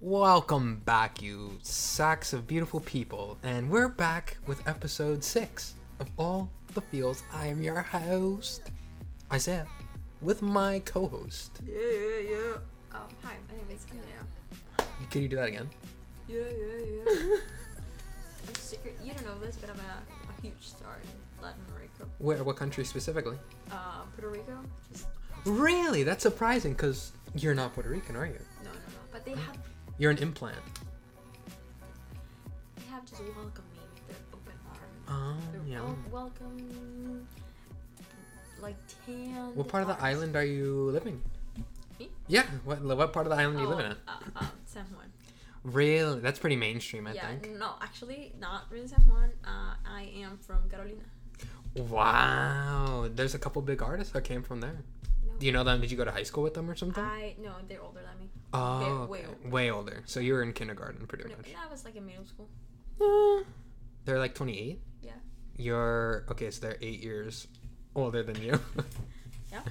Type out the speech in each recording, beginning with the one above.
Welcome back, you sacks of beautiful people, and we're back with episode six of All the Feels. I am your host, Isaiah, with my co-host. Yeah, yeah, yeah. Oh, hi, my name is Camille. Can you do that again? Yeah, yeah, yeah. I'm secret. You don't know this, but I'm a, a huge star in Latin America. Where? What country specifically? Uh, Puerto Rico? Just Really? That's surprising, cause you're not Puerto Rican, are you? no, no, no. But they have You're an implant. they have just welcomed me with their open arms. Oh, They're yeah. all welcome, like tan. What part of the island are you living? Me? Yeah. What What part of the island are you living at? Uh, uh, San Juan. Really? That's pretty mainstream, I yeah, think. no, actually, not really San Juan. Uh, I am from Carolina. Wow. There's a couple big artists that came from there. No. Do you know them? Did you go to high school with them or something? I no, they're older than me. oh, way okay. older. way older. So you were in kindergarten, pretty No, much. I was like in middle school. Eh, They're like 28. Yeah. You're okay. So they're eight years older than you. Yeah.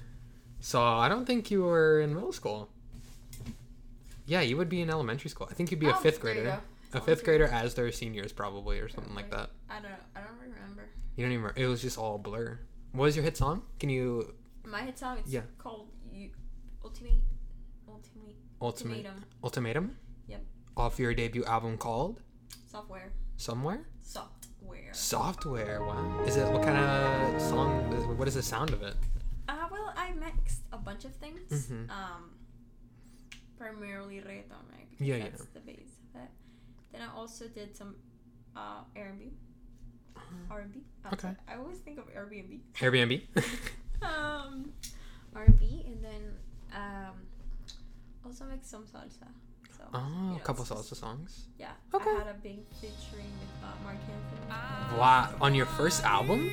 So I don't think you were in middle school. Yeah, you would be in elementary school. I think you'd be a Oh, fifth there you grader. go. A fifth grader as their seniors, probably, or something like that. I don't know. I don't remember. You don't even. It was just all blur. What was your hit song? Can you My head song is Yeah. called you, Ultimate Ultimate ultimate Ultimatum ultimatum? Yep. Off your debut album called Software. Somewhere Software. Software. Wow. Is it what kind of song? Is, what is the sound of it? Uh, well, I mixed a bunch of things. Mhm. Um, primarily reggaeton, right? Because Yeah, yeah. that's the base of it. Then I also did some uh, Airbnb. R&B. Uh-huh. Okay. I always think of Airbnb. Airbnb. Um, R&B, and then um, also make some salsa. So, oh, you know, a couple it's just- salsa songs. Yeah. Okay. I had a big featuring with uh, Mark Anthony. Wow. On your first album?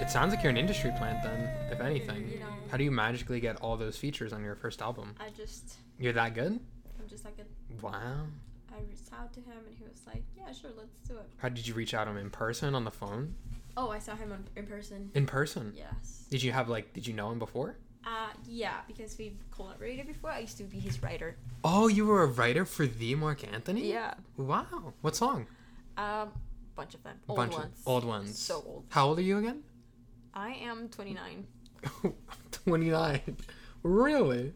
It sounds like you're an industry plant then, if anything. You know. How do you magically get all those features on your first album? I just, You're that good? I'm just like, a, Wow. I reached out to him and he was like, yeah, sure, let's do it. How did you reach out to him in person on the phone? Oh, I saw him on, in person. In person. Yes. Did you have like did you know him before? Uh, yeah, because we've collaborated before. I used to be his writer. Oh, you were a writer for the Mark Anthony? Yeah. Wow. What song? Um, bunch of them. Old Bunch of- ones. old ones. So old. How old are you again? I am 29. 29. Really?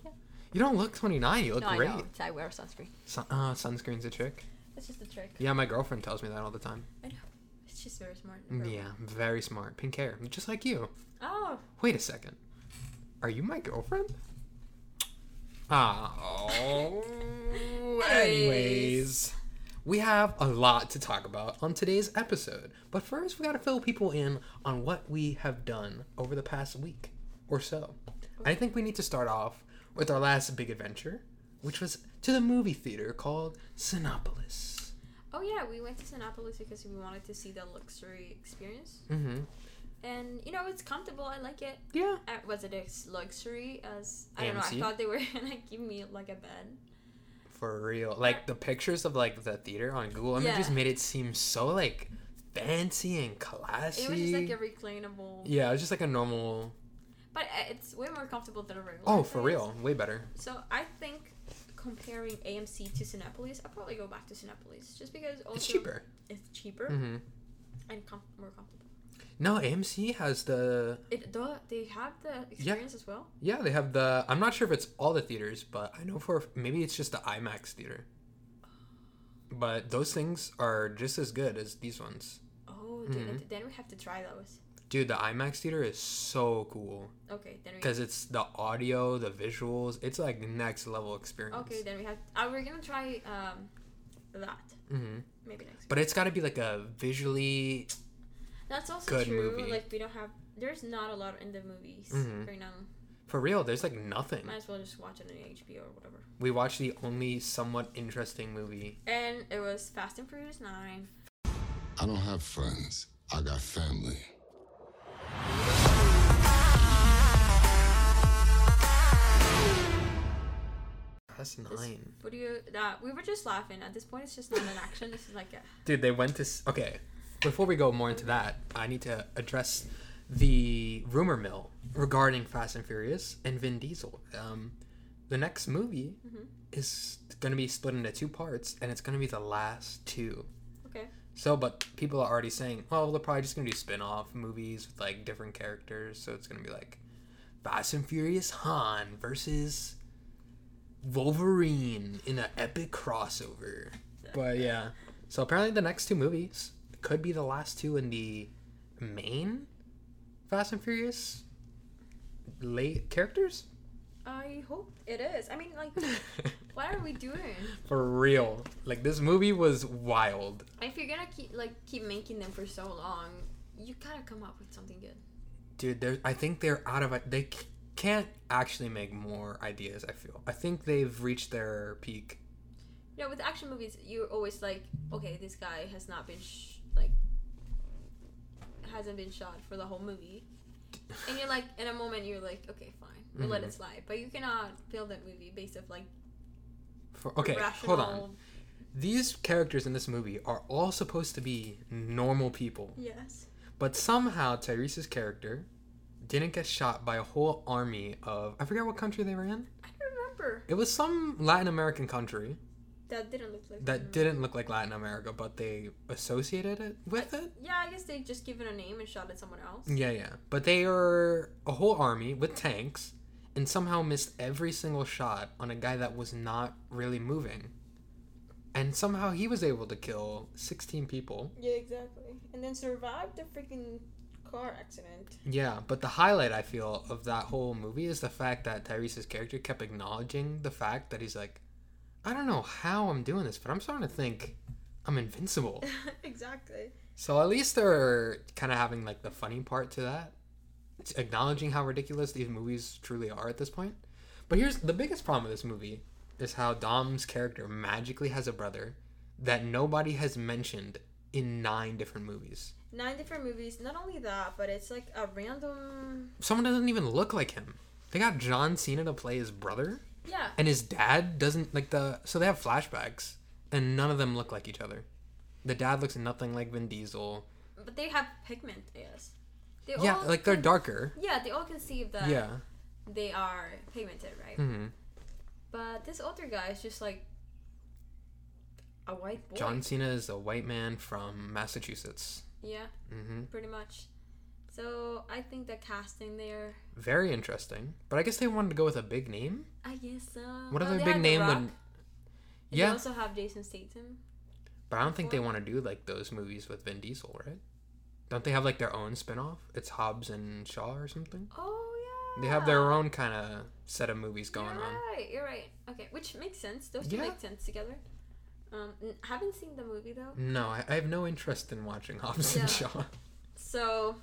You don't look 29. You look no, I Oh, great. know. it's- I wear sunscreen. Sun- uh, sunscreen's a trick. That's just a trick. Yeah, my girlfriend tells me that all the time. I know. It's just very smart. girl. Yeah, very smart. Pink hair, just like you. Oh, Wait a second. Are you my girlfriend? Ah. Oh. Anyways, we have a lot to talk about on today's episode. But first, we got to fill people in on what we have done over the past week or so. I think we need to start off with our last big adventure, which was to the movie theater called Sinopolis. oh yeah, we went to Sinopolis because we wanted to see the luxury experience. Mm-hmm. And, you know, it's comfortable. I like it. Yeah. uh, was it as luxury as I don't know. AMC? I thought they were gonna give me like a bed. For real. Like the pictures of like the theater on Google Images Yeah. made it seem so like fancy and classy. It was just like a reclinable, yeah, it was just like a normal. but uh, it's way more comfortable than a regular. Oh, for place. real, way better. So I think comparing AMC to Cinepolis, I'll probably go back to Cinepolis just because also It's cheaper. It's cheaper hmm and com- more comfortable. No, AMC has the It do they have the experience as well. yeah they have the. I'm not sure if it's all the theaters, but I know for maybe it's just the IMAX theater. But those things are just as good as these ones. Oh, dude, Mhm. then we have to try those. Dude, the IMAX theater is so cool Okay, then we. because it's the audio, the visuals. It's like next level experience. Okay, then we have. Uh, we're gonna try um, that hmm maybe next. But it's got to be like a visually. That's also good true. movie. Like we don't have there's not a lot in the movies Mhm. right now. For real, there's like nothing. Might as well just watch it on HBO or whatever. We watched the only somewhat interesting movie. And it was Fast and Furious Nine. I don't have friends. I got family. That's This- nine. What do you that we were just laughing. At this point it's just not an action. This is like a Dude, they went to. s- Okay, before we go more into that, I need to address the rumor mill regarding Fast and Furious and Vin Diesel. Um, the next movie is going to be split into two parts, and it's going to be the last two. Okay. So, but people are already saying, well, they're probably just going to do spin off movies with like different characters. So it's going to be like Fast and Furious Han versus Wolverine in an epic crossover. But yeah. So apparently, the next two movies could be the last two in the main Fast and Furious late characters. I hope it is. I mean, like, what are we doing? For real. Like, this movie was wild. If you're gonna keep like keep making them for so long, you gotta come up with something good. dude they're, i think they're out of they c- can't actually make more ideas i feel i think they've reached their peak You know, with action movies, you're always like, okay, this guy has not been sh- like hasn't been shot for the whole movie, and you're like, in a moment, you're like, okay, fine, we'll let Mm-hmm. it slide. But you cannot build that movie based off like For- okay rational. hold on these characters in this movie are all supposed to be normal people Yes. but somehow tyrese's character didn't get shot by a whole army of i forget what country they were in I don't remember. it was some latin american country That didn't look like that didn't look like latin america but they associated it with it Yeah, I guess they just give it a name and shot at someone else. Yeah, yeah. But they are a whole army with tanks and somehow missed every single shot on a guy that was not really moving. And somehow he was able to kill 16 people. Yeah, exactly. And then survived the freaking car accident. Yeah, but the highlight I feel of that whole movie is the fact that Tyrese's character kept acknowledging the fact that he's like, I don't know how I'm doing this, but I'm starting to think I'm invincible. exactly. So at least they're kind of having like the funny part to that, It's acknowledging how ridiculous these movies truly are at this point. But here's the biggest problem with this movie is how Dom's character magically has a brother that nobody has mentioned in nine different movies. Nine different movies. Not only that, but it's like a random. Someone doesn't even look like him. They got John Cena to play his brother, Yeah. and his dad doesn't like the. So they have flashbacks, and none of them look like each other. The dad looks nothing like Vin Diesel. But they have pigment, yes. They Yeah, all like they're con- darker. Yeah, they all conceive that Yeah. they are pigmented, right? hmm But this older guy is just like a white boy. John Cena is a white man from Massachusetts. Yeah, hmm pretty much. So I think the casting there. Very interesting. But I guess they wanted to go with a big name. I guess. Uh, What well, other they big had The name Rock, would? and They Yeah, also have Jason Statham. but I don't think they want to do like those movies with Vin Diesel, right? Don't they have like their own spin-off? It's Hobbs and Shaw or something. Oh yeah. They have their own kind of set of movies You're going on. right. You're right. Okay, which makes sense. Those two Yeah. make sense together. Um, n- haven't seen the movie though, No, I, I have no interest in watching Hobbs Yeah. and Shaw so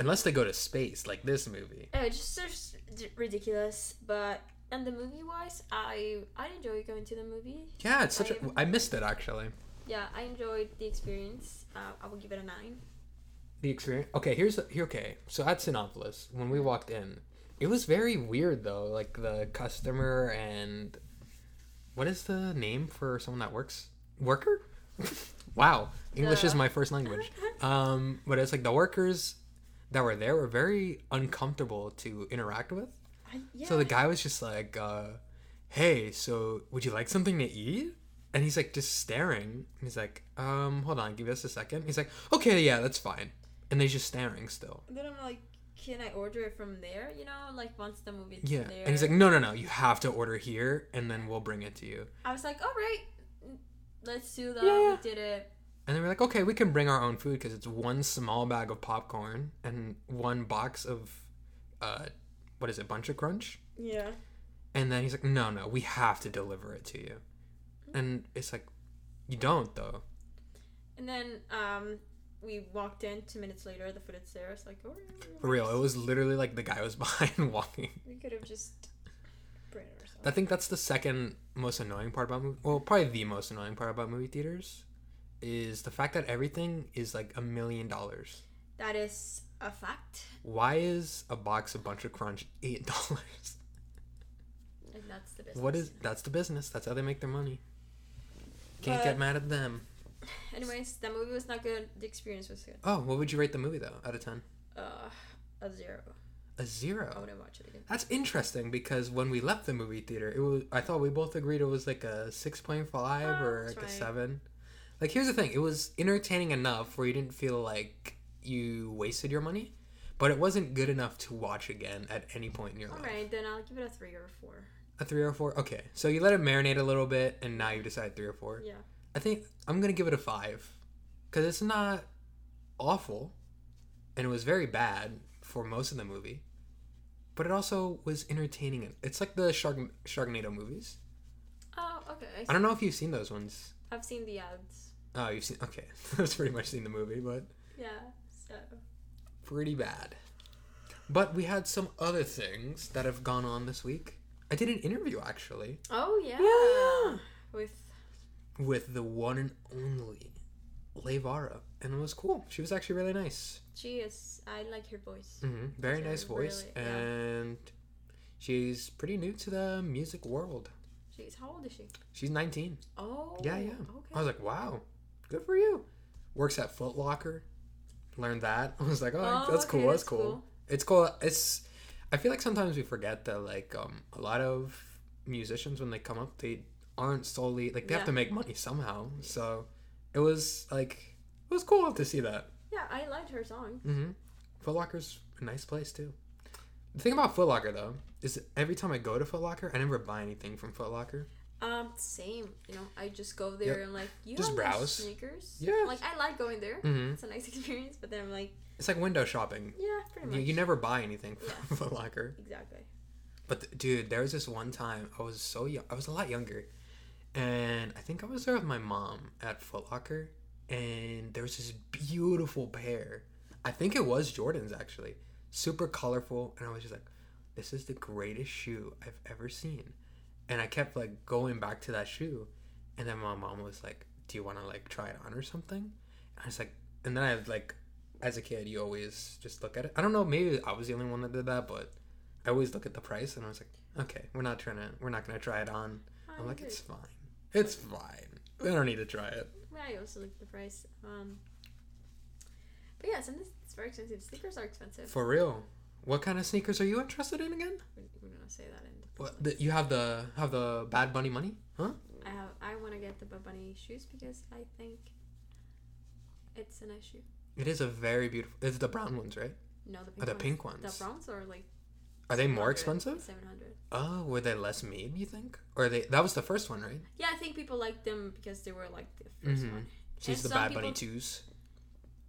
unless they go to space like this movie. it was Oh, just so s- d- ridiculous. But and the movie wise, I I enjoy going to the movie. Yeah, it's such. a I- I missed it actually. Yeah, I enjoyed the experience. Uh, I will give it a nine. the experience okay here's here okay so at Sinopolis, when we walked in it was very weird though like the customer and what is the name for someone that works worker wow english is The- my first language um but it's like the workers that were there were very uncomfortable to interact with I, yeah. so the guy was just like, uh, "Hey, so would you like something to eat?" And he's like just staring. And he's like, "Um, hold on, give us a second. He's like, "Okay, yeah, that's fine." And they're just staring still. Then I'm like, can I order it from there? You know, like once the movie's Yeah. there. And he's like, "No, no, no. You have to order here, and then we'll bring it to you." I was like, all right, n- let's do that. Yeah, yeah. We did it. And they were like, "Okay, we can bring our own food because it's one small bag of popcorn and one box of, uh, what is it, bunch of crunch." Yeah. And then he's like, "No, no, we have to deliver it to you." And it's like, "You don't though." And then um, we walked in two minutes later. The food is there. It's like, oh, For real, it was literally like the guy was behind walking. we could have just branded ourselves. I think that's the second most annoying part about movie. Well, probably the most annoying part about movie theaters is the fact that everything is like a million dollars. that is a fact. Why is a box of bunch of crunch eight dollars? And that's the business. What is that's the business. That's how they make their money. Can't But- get mad at them. Anyways, that movie was not good. The experience was good. Oh, what would you rate the movie though? Out of ten? Uh, a zero. a I zero. want to watch it again. That's interesting because when we left the movie theater, it was I thought we both agreed it was like a six point five Oh, or that's like a right. seven. Like here's the thing, it was entertaining enough where you didn't feel like you wasted your money, but it wasn't good enough to watch again at any point in your All life. right, then I'll give it a three or a four. A three or a four? Okay. So you let it marinate a little bit and now you decide three or four. Yeah. I think I'm gonna give it a five, cause it's not awful, and it was very bad for most of the movie, but it also was entertaining. It's like the Shark Sharknado movies. Oh, okay. I don't know if you've seen those ones. I've seen the ads. Oh, you've seen. Okay, I've pretty much seen the movie, but Yeah. So. pretty bad. But we had some other things that have gone on this week. I did an interview actually Oh yeah. Yeah, With with the one and only Levara, and it was cool. She was actually really nice. she is. I like her voice. hmm Very Yeah, nice voice, Mm-hmm. really, yeah. and she's pretty new to the music world. She's how old is she? She's 19. Oh. yeah, yeah. I Okay. was like, wow, good for you. Works at Foot Locker. Learned that. I was like, oh, Oh, that's cool. okay, That's that's cool. cool. It's cool. It's. I feel like sometimes we forget that like um a lot of musicians when they come up they aren't solely like they have Yeah. to make money somehow. So it was like it was cool to see that. Yeah, I liked her song. Mm-hmm. Foot Locker's a nice place too. The thing about Foot Locker though is that every time I go to Foot Locker, I never buy anything from Foot Locker. Um, same. You know, I just go there Yep. and like you Just have browse. browse sneakers. Yeah. Like I like going there. Mm-hmm. It's a nice experience, but then I'm like, It's like window shopping. yeah, pretty You, much. you never buy anything from Yeah. Foot Locker. Exactly. But th- dude, there was this one time I was so young. I was a lot younger, and I think I was there with my mom at Foot Locker, and there was this beautiful pair. I think it was Jordan's actually, super colorful, and I was just like, "This is the greatest shoe I've ever seen," and I kept like going back to that shoe, and then my mom was like, "Do you want to like try it on or something?" And I was like, and then I like, as a kid, you always just look at it. I don't know, maybe I was the only one that did that, but I always look at the price and I was like, okay, we're not trying to, we're not gonna try it on. I I'm like, agree. it's fine, it's fine. We don't need to try it. Well, I also like the price. Um, but yeah, sometimes it's very expensive. Sneakers are expensive. For real. What kind of sneakers are you interested in again? We're, we're gonna say that. In the What the, you have the have the Bad Bunny money, huh? I have. I want to get the Bad Bunny shoes because I think it's an issue. It is a very beautiful. It's the brown ones, right? No, the pink Or the ones. pink ones. The browns are like. Are they more expensive? Seven hundred. Oh, were they less made? You think? Or they? That was the first one, right? Yeah, I think people like them because they were like the 1st Mhm. one. She's And the some Bad Bunny people- twos.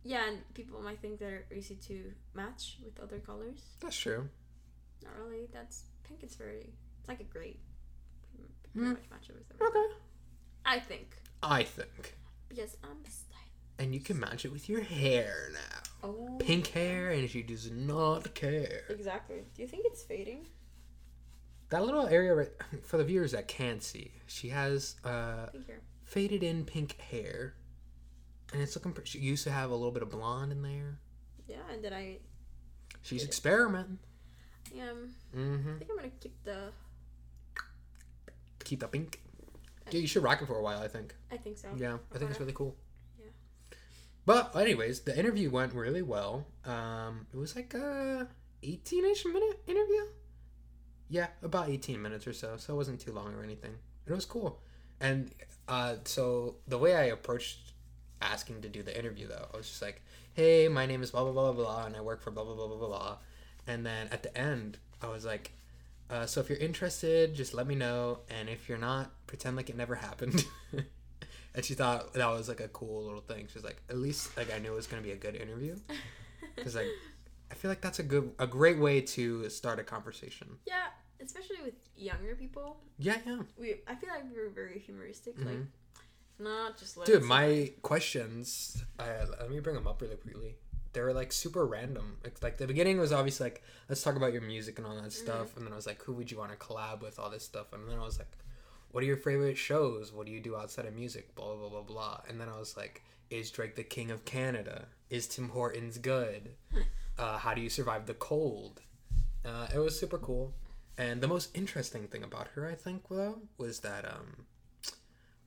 Yeah, and people might think they're easy to match with other colors. That's true. Not really. That's pink. It's very. It's like a grape. Pretty Mm. much match it with everything. Okay. I think I think. because I'm a style. And you can match it with your hair now. Oh. Pink hair, and she does not care. Exactly. Do you think it's fading? That little area right for the viewers that can't see, she has uh, I think here. faded in pink hair, and it's looking. Pretty, she used to have a little bit of blonde in there. Yeah, and then I She's experimenting. um Mm-hmm. I think I'm gonna keep the. Keep that pink. Yeah, you should rock it for a while. I think. I think so. Yeah, I think it's Okay. really cool. Yeah. But anyways, the interview went really well. Um, it was like a 18-ish minute interview. Yeah, about 18 minutes or so. So it wasn't too long or anything. It was cool. And uh, so the way I approached asking to do the interview though, I was just like, "Hey, my name is blah blah blah blah blah, and I work for blah blah blah blah blah blah." And then at the end, I was like, uh, "So if you're interested, just let me know, and if you're not, pretend like it never happened." and she thought that was like a cool little thing. She was like, "At least like I knew it was gonna be a good interview," because like I feel like that's a good, a great way to start a conversation. Yeah, especially with younger people, Yeah, yeah. we I feel like we're very humoristic. Like, Mhm. not just let it Dude, sit. my questions. Uh, let me bring them up really quickly. They were like super random. Like, like, the beginning was obviously like, let's talk about your music and all that stuff. And then I was like, who would you want to collab with? All this stuff. And then I was like, what are your favorite shows? What do you do outside of music? Blah blah blah blah blah. And then I was like, is Drake the king of Canada? Is Tim Hortons good? Uh, how do you survive the cold? Uh, it was super cool. And the most interesting thing about her, I think, though, was that um,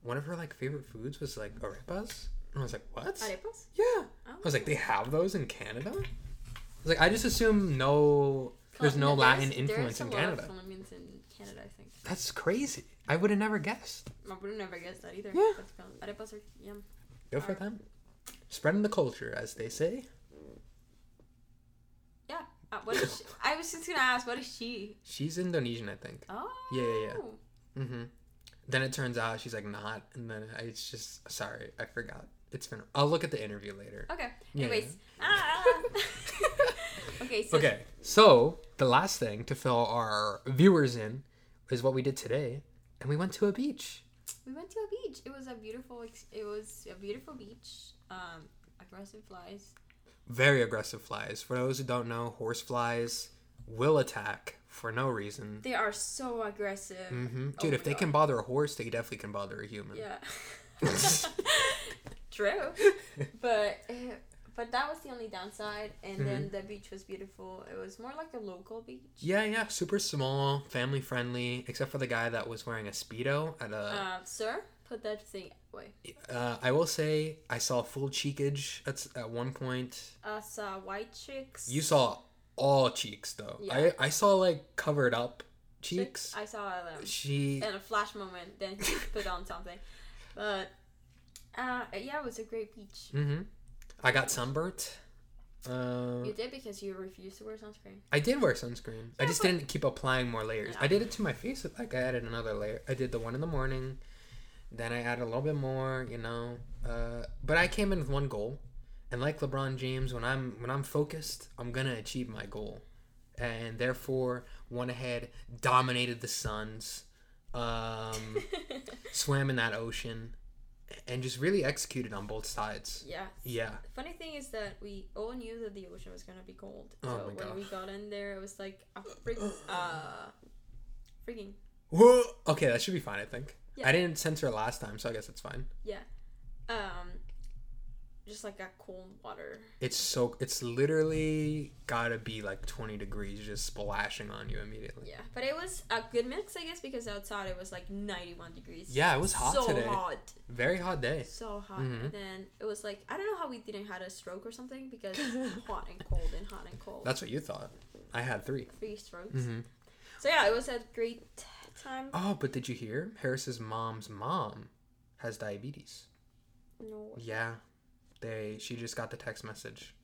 one of her like favorite foods was like arepas. And I was like, what? Arepas? Yeah. I Oh. was like, they have those in Canada? I was like, I just assume no There's no Latin there's influence a in lot of Canada. Colombians in Canada, I think. That's crazy. I would have never guessed. I would have never guessed that either. Yeah. But, um, arepas are yum. Go for them. Spreading the culture, as they say. Yeah. Uh, what is she? I was just gonna ask, what is she? She's Indonesian, I think. Oh. Yeah, yeah, yeah. Mm-hmm. Then it turns out she's like not, and then I- it's just sorry, I forgot. It's been. I'll look at the interview later. Okay. Yeah, Anyways. Ah. okay. So Okay, so the last thing to fill our viewers in is what we did today, and we went to a beach. we went to a beach. It was a beautiful. Ex- it was a beautiful beach. Um, aggressive flies. Very aggressive flies. For those who don't know, horse flies will attack for no reason. They are so aggressive. hmm Oh Dude, my if they God. can bother a horse, they definitely can bother a human. Yeah. True. But eh, but that was the only downside. And then Mm-hmm. the beach was beautiful. It was more like a local beach. Yeah, yeah, super small, family friendly, except for the guy that was wearing a speedo at a. Uh, sir, put that thing away. Uh, I will say I saw full cheekage at s- at one point. I saw white chicks. You saw all cheeks though. Yeah. I I saw like covered up cheeks. I saw them She in a flash moment. Then he put on something, but uh, yeah, it was a great beach. hmm I got sunburnt. Uh, You did because you refused to wear sunscreen. I did wear sunscreen. I just but- didn't keep applying more layers. I did it to my face. but, Like I added another layer. I did the one in the morning, then I added a little bit more. You know, uh, but I came in with one goal, and like LeBron James, when I'm when I'm focused, I'm gonna achieve my goal, and therefore went ahead, dominated the Suns, um, swam in that ocean, and just really executed on both sides. yeah. Yeah, The funny thing is that we all knew that the ocean was gonna be cold. Oh so my when God. we got in there, it was like a freak, uh, freaking Whoa. Okay, that should be fine, I think. Yeah. I didn't censor it last time, so I guess it's fine. yeah, um, just like a cold water. It's so it's literally gotta be like twenty degrees just splashing on you immediately. Yeah, but it was a good mix, I guess, because outside it was like 91 degrees. Yeah, it was hot so today. hot. Very hot day. so hot Mhm. and then it was like i don't know how we didn't had a stroke or something because hot and cold and hot and cold That's what you thought. I had three. three strokes Mhm. so yeah it was a great time Oh, but did you hear? Harris's mom's mom has diabetes. no Yeah. They she just got the text message.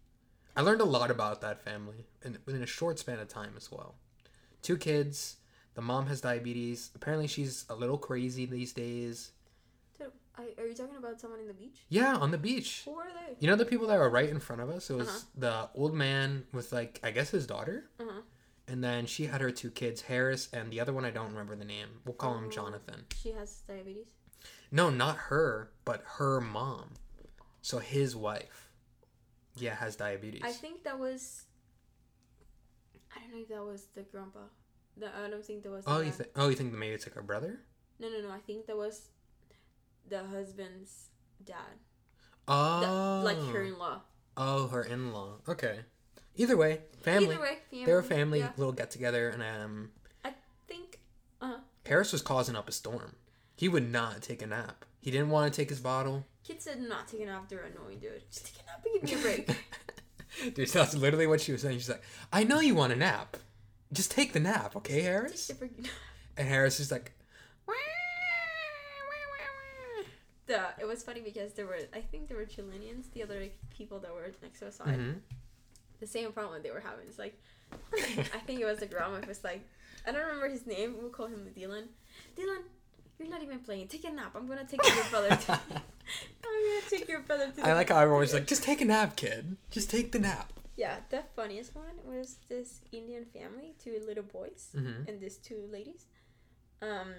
I learned a lot about that family in within a short span of time as well. Two kids, the mom has diabetes. Apparently she's a little crazy these days. Dude, I, are you talking about someone in the beach Yeah, on the beach. who are they You know the people that were right in front of us? It was Uh-huh. the old man with like I guess his daughter. Uh-huh. And then she had her two kids, Harris and the other one I don't remember the name. We'll call him Oh. Jonathan. she has diabetes No, not her, but her mom. So his wife. Yeah, has diabetes. i think that was i don't know if that was the grandpa the, i don't think that was the oh, you dad. think oh, you think maybe it's like her brother? no no no i think that was the husband's dad The- Oh. like her in-law Oh, her in-law. Okay. Either way, family. either way family They were family, yeah. little get together and um i think uh Harris was causing up a storm. He would not take a nap. He didn't want to take his bottle. Kids said not taking off their annoying dude. Just take a nap and give me a break. Dude, that's literally what she was saying. She's like, I know you want a nap. Just take the nap, okay, Harris? Take the freaking- And Harris is like, the, it was funny because there were, I think there were Chileans, the other people that were next to us. I- Mhm. The same problem they were having. It's like, I think it was the grandma who was like, I don't remember his name. We'll call him Dylan. Dylan, you're not even playing. Take a nap. I'm going to take your brother to I'm going to take your brother to I like how everyone's like, just take a nap, kid. Just take the nap. Yeah, the funniest one was this Indian family, two little boys, Mhm. and these two ladies. Um,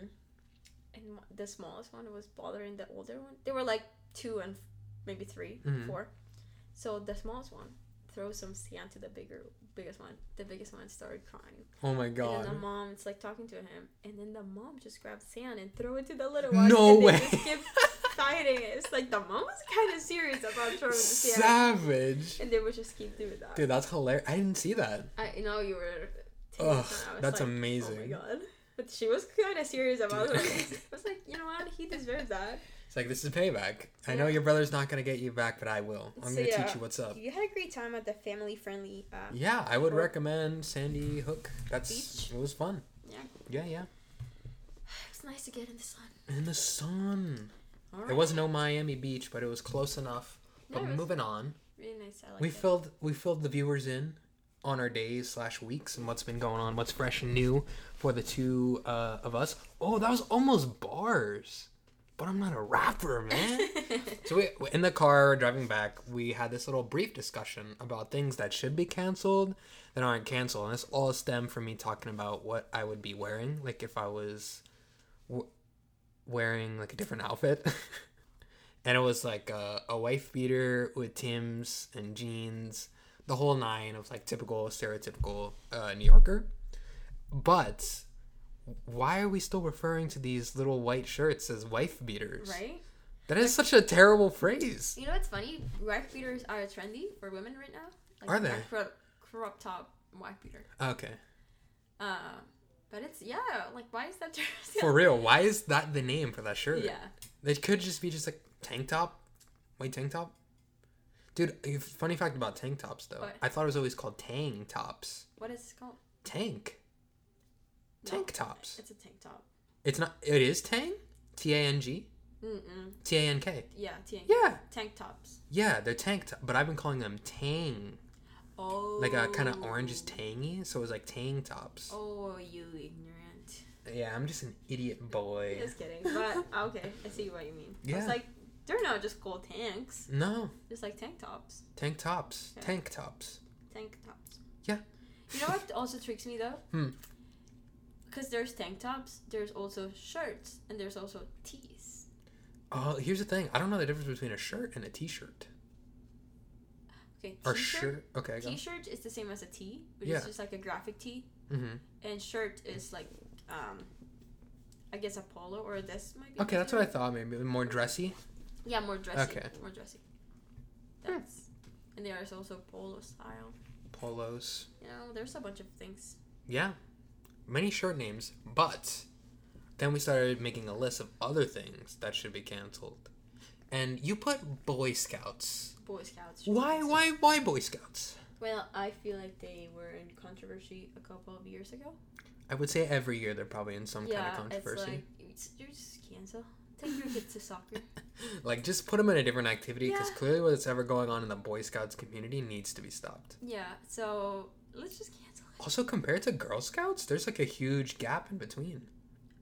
and mo- the smallest one was bothering the older one. They were like two and f- maybe 3 Mhm. four. So the smallest one throws some sand to the bigger, biggest one. The biggest one started crying, Oh my and then the god. mom is like talking to him, and then the mom just grabbed sand and threw it to the little one. No and way. They just kept fighting. it. It's like the mom was kind of serious about throwing the sand, Savage. and they would just keep doing that. Dude, that's hilarious. I didn't see that. I know you were. taking Ugh, some- I was that's like, amazing. Oh my god! But she was kind of serious about it. I was like, you know what? He deserves that. It's like this is payback. I know your brother's not gonna get you back, but I will. I'm So, gonna yeah. teach you what's up. You had a great time at the family friendly. Uh, Yeah, I would Or- recommend Sandy Hook. That's Beach? it was fun. Yeah. Yeah, yeah. It's nice to get in the sun. In the sun. All It was no Miami Beach, but it was close enough. But No, it was- moving on, really nice. I like we it. filled we filled the viewers in on our days slash weeks and what's been going on, what's fresh and new for the two uh, of us. Oh, that was almost bars, but I'm not a rapper, man. so we in the car driving back, we had this little brief discussion about things that should be canceled that aren't canceled, and this all stemmed from me talking about what I would be wearing, like if I was w- wearing like a different outfit. and it was like a, a wife beater with Tim's and jeans, the whole nine of like typical stereotypical uh, New Yorker. But why are we still referring to these little white shirts as wife beaters? Right? That is such a terrible phrase. You know what's funny? Wife beaters are trendy for women right now. Like Are that they? Crop, crop top wife beater. Okay, Uh, but it's yeah. Like why is that trendy? for real, why is that the name for that shirt? Yeah. They could just be just like tank top, white tank top. Dude, if- funny fact about tank tops though. What? I thought it was always called tang tops. What is it called? Tank. No, Tank tops. It's a tank top. It's not. It is Tang. T A N G. Mm-mm. T A N K. Yeah. Tank. Yeah. Tank tops. Yeah, they're tank top, but I've been calling them Tang, Oh. like a kind of orange is tangy, so it was like Tang tops. Oh, you ignorant. Yeah, I'm just an idiot boy. Just kidding. But okay, I see what you mean. Yeah. It's like they're not just called tanks. No, Just like tank tops. tank tops, Yeah. tank tops. Tank tops. Yeah. You know what also tricks me though? Hmm. Because there's tank tops, there's also shirts, and there's also tees. Oh, here's the thing. I don't know the difference between a shirt and a t-shirt. Okay. Or T-shirt. shirt. Okay. Go. T-shirt is the same as a tee, which Yeah. is just like a graphic tee, Mhm. and shirt is like, um, I guess a polo or this might be. Okay, that's what I considered- thought. Maybe more dressy. Yeah, more dressy. Okay. Hmm. More dressy. That's. And there's also polo style. Polos. You know, there's a bunch of things. Yeah, many short names, but then we started making a list of other things that should be canceled. And you put Boy Scouts. Boy Scouts. Why, shirts. why, why Boy Scouts? Well, I feel like they were in controversy a couple of years ago. I would say every year they're probably in some yeah, kind of it's like controversy. it's, you just cancel. Take your kids to soccer. Like... just put them in a different activity because Yeah. clearly what's ever going on in the Boy Scouts community needs to be stopped. Yeah, so let's just cancel it. Also, compared to Girl Scouts, there's like a huge gap in between.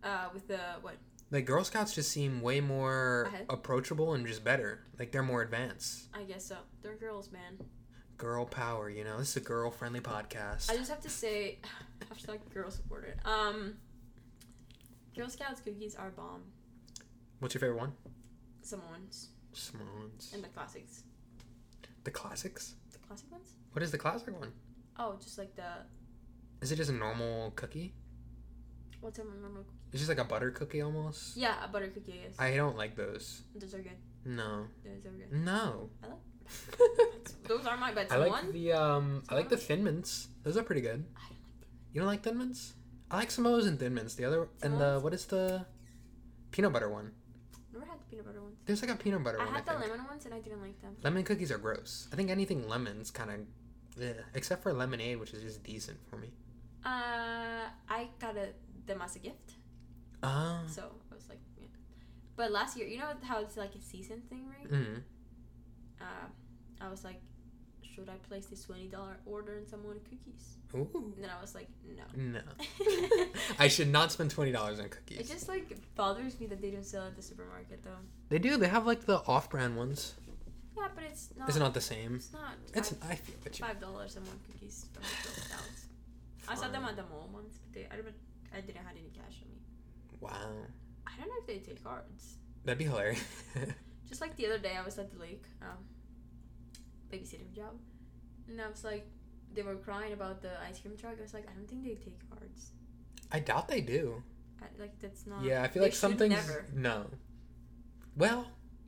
Uh, with the what? Like, Girl Scouts just seem way more Ahead. approachable and just better. Like, they're more advanced. I guess so. They're girls, man. girl power you know this is a girl friendly podcast I just have to say, hashtag girl supported. Um, Girl Scouts cookies are bomb. what's your favorite one Someone's Simone's. and the classics. the classics The classic ones? what is the classic one Oh, just like the is it just a normal cookie what's a normal? cookie? it's just like a butter cookie almost Yeah, a butter cookie. Yes, i don't like those those are good. no Those are good. no I Those are my best. I like One. the um i like the Samoans? thin mints those are pretty good I don't like them. you don't like thin mints i like Samoa's and thin mints the other and the Samoa's? what is the peanut butter one Never had the peanut butter ones. there's like a peanut butter I one had i the think lemon ones and I didn't like them. Lemon cookies are gross. I think anything lemon's kind of, except for lemonade, which is just decent for me. Uh, I got a, them as a gift, Oh. so I was like, yeah. But last year, you know how it's like a season thing, right? Mm. Uh, I was like, should I place this twenty dollar order and someone cookies? Ooh. And then I was like, no. No. I should not spend twenty dollars on cookies. it just like bothers me that they don't sell at the supermarket though. They do. They have like the off-brand ones. Yeah, but it's not. It's not the same. It's not. It's. five- I feel what you. Five dollars and one cookies from the Girl Scouts. I saw them at the mall once, but they I don't I didn't have any cash on me. Wow. I don't know if they take cards. That'd be hilarious. Just like the other day, I was at the lake, um, babysitting job, and I was like, they were crying about the ice cream truck. I was like, I don't think they take cards. I doubt they do. I, like that's not. yeah, I feel they like should something's Never. no. Well,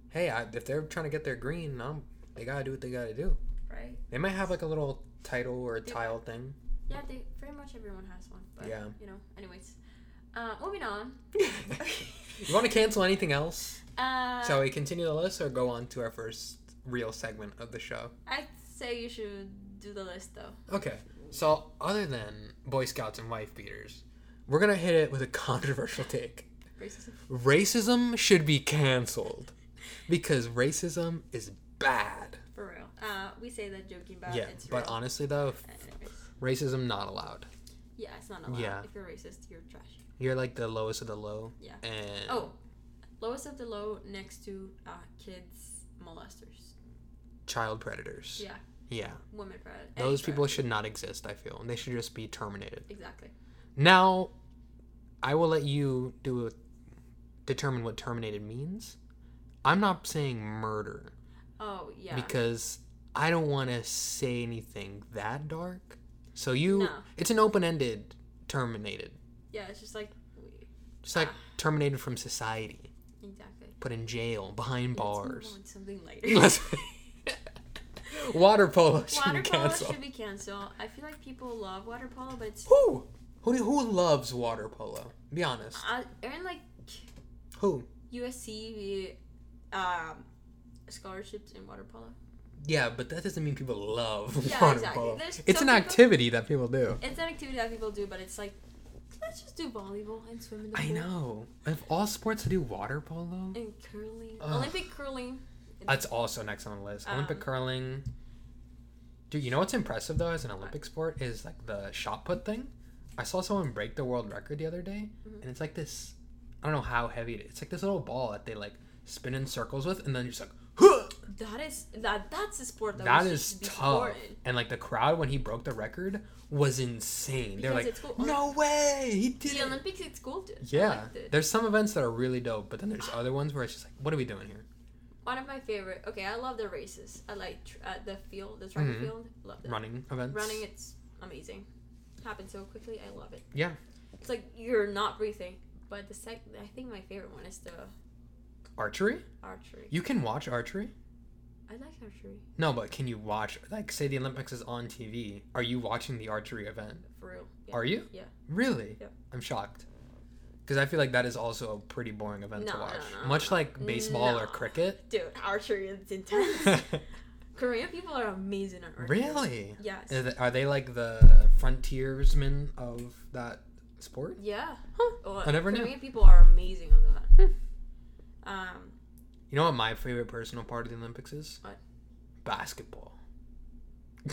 hey, I, if they're trying to get their green, um, they gotta do what they gotta do. Right? They might have like a little title or They tile thing. Yeah, they pretty much everyone has one. But, Yeah. You know. Anyways, uh, moving on. you want to cancel anything else? Uh, Shall we continue the list or go on to our first real segment of the show? I'd say you should do the list though. Okay. So, other than Boy Scouts and wife beaters, we're going to hit it with a controversial take. Racism. Racism should be canceled because racism is bad. For real. Uh, we say that joking, but yeah. it's But real. Uh, honestly, though, Anyways. racism not allowed. Yeah, it's not allowed. Yeah. If you're racist, you're trash. You're like the lowest of the low. Yeah. And Oh, lowest of the low next to uh, kids molesters. child predators. Yeah, Yeah. women predators. Those people should not exist, I feel. And they should just be terminated. Exactly. Now, I will let you do determine what terminated means. I'm not saying murder Oh yeah. because I don't want to say anything that dark. So you, No. it's an open-ended terminated, yeah, it's just like we- just like Ah. terminated from society, exactly. put in jail behind Let's move bars. on to something later. Let's- water polo should water be polo canceled. should be canceled. I feel like people love water polo, but it's Who? Who, do- who loves water polo? Be honest. uh, earn like Who? USC we, um scholarships in water polo. Yeah, but that doesn't mean people love Yeah, water exactly. polo. There's It's an some people- activity that people do. It's an activity that people do, but it's like let's just do volleyball and swim in the I pool. know. Of all sports to do water polo, And curling, Ugh. Olympic curling. that's also next on the list. Olympic Um, curling. Dude, you know what's impressive though as an Olympic sport is like the shot put thing. I saw someone break the world record the other day, Mm-hmm. and it's like this. I don't know how heavy it is. It's like this little ball that they like spin in circles with, and then you're just like, huh! That is that. That's a sport that, that we is should be tough. supporting. And like the crowd when he broke the record was insane. They're like, Because it's cool. no way, he did The it. Olympics, it's cool. Dude. I Yeah, liked it. there's some events that are really dope, but then there's other ones where it's just like, what are we doing here? One of my favorite. Okay, I love the races. I like tr- uh, the field, the track and Mhm. field. Love that. Running events. Running, it's amazing. Happens so quickly. I love it. Yeah. It's like you're not breathing. But the sec, I think my favorite one is the Archery? archery. You can watch archery? I like archery No, but can you watch like say the Olympics is on TV? Are you watching the archery event? for real. Yeah. Are you? Yeah. Really? Yep. I'm shocked. Because I feel like that is also a pretty boring event to No, no, watch. no, Much no. like baseball or No. cricket. Dude, archery is intense. Korean people are amazing at archery. really? Yes. Is it- Are they like the frontiersmen of that sport? Yeah. Huh. Well, I never knew. Hmm. Korean people are amazing on that. um, You know what my favorite personal part of the Olympics is? What? Basketball.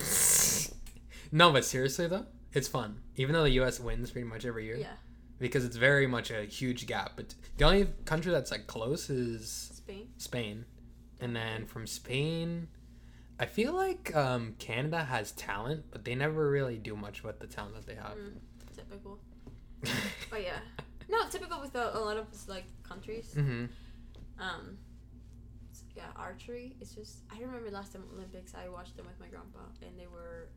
no, but seriously though, it's fun. Even though the U.S. wins pretty much every year, yeah, because it's very much a huge gap. But the only country that's like close is Spain. Spain, and then from Spain, I feel like um, Canada has talent, but they never really do much with the talent that they have. Mm, typical. But yeah, no, typical with a, a lot of like countries. hmm Um, so yeah, archery. It's just I remember last time Olympics I watched them with my grandpa and they were,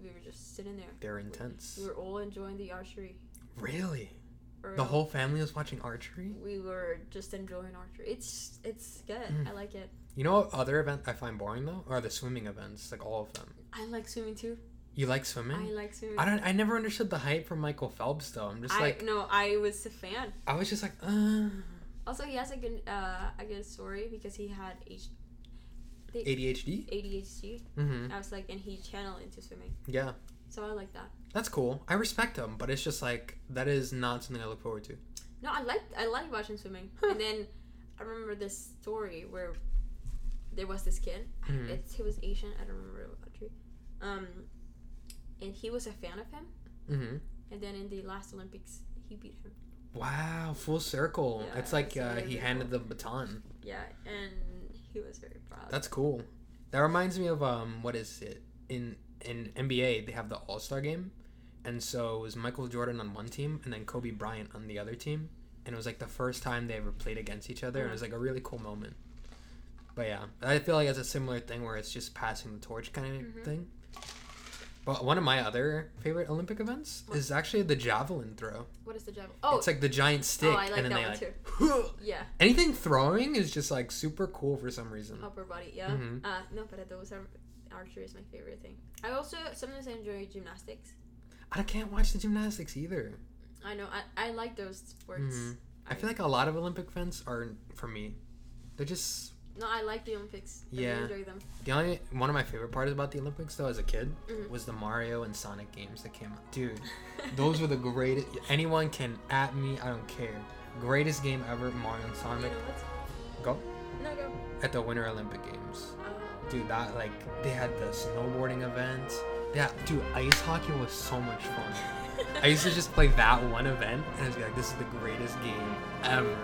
we were just sitting there. They're intense. We were all enjoying the archery. Really, Or the whole family was watching archery. We were just enjoying archery. It's it's good. Mm. I like it. You know what other event I find boring though are the swimming events, like all of them. I like swimming too. You like I swimming? like swimming. I, don't. I never understood the hype from Michael Phelps though. I'm just I like, no, I was a fan. I was just like, uh, Also, he has a good uh, a good story because he had H- ADHD. ADHD. Mm-hmm. I was like, and he channeled into swimming. Yeah, So I like that. that's cool. I respect him, but it's just like that is not something I look forward to. No, I like I like watching swimming. Huh. And then I remember this story where there was this kid. Mhm. It's he was Asian. I don't remember what country. Um, and he was a fan of him. Mm-hmm. And then in the last Olympics, he beat him. Wow, full circle. Yeah, it's like it's uh, really he cool. handed the baton. Yeah, and he was very proud. That's cool. That reminds me of um, what is it in in NBA? They have the All Star game, and so it was Michael Jordan on one team and then Kobe Bryant on the other team, and it was like the first time they ever played against each other, and it was like a really cool moment. But yeah, I feel like it's a similar thing where it's just passing the torch kind of Mhm. thing. But one of my other favorite Olympic events What? is actually the javelin throw. what is the javelin? Oh, It's like the giant stick, I like and then that they one like too. yeah. anything throwing is just like super cool for some reason. upper body yeah Mhm. uh no but those are archery is my favorite thing i also sometimes enjoy gymnastics I can't watch the gymnastics either. i know i, I like those sports Mm-hmm. Mhm. I feel like a lot of Olympic events are for me They're just No, I like the Olympics. Like, Yeah. I enjoy them. the only one of my favorite parts about the Olympics though, as a kid, Mhm. was the Mario and Sonic games that came out. Dude, those were the greatest. Anyone can at me, I don't care. Greatest game ever, Mario and You know Sonic. what's Go no go. at the Winter Olympic Games. Uh, Dude, that like they had the snowboarding events. Yeah, dude, ice hockey was so much fun. I used to just play that one event and I'd be like, this is the greatest game ever.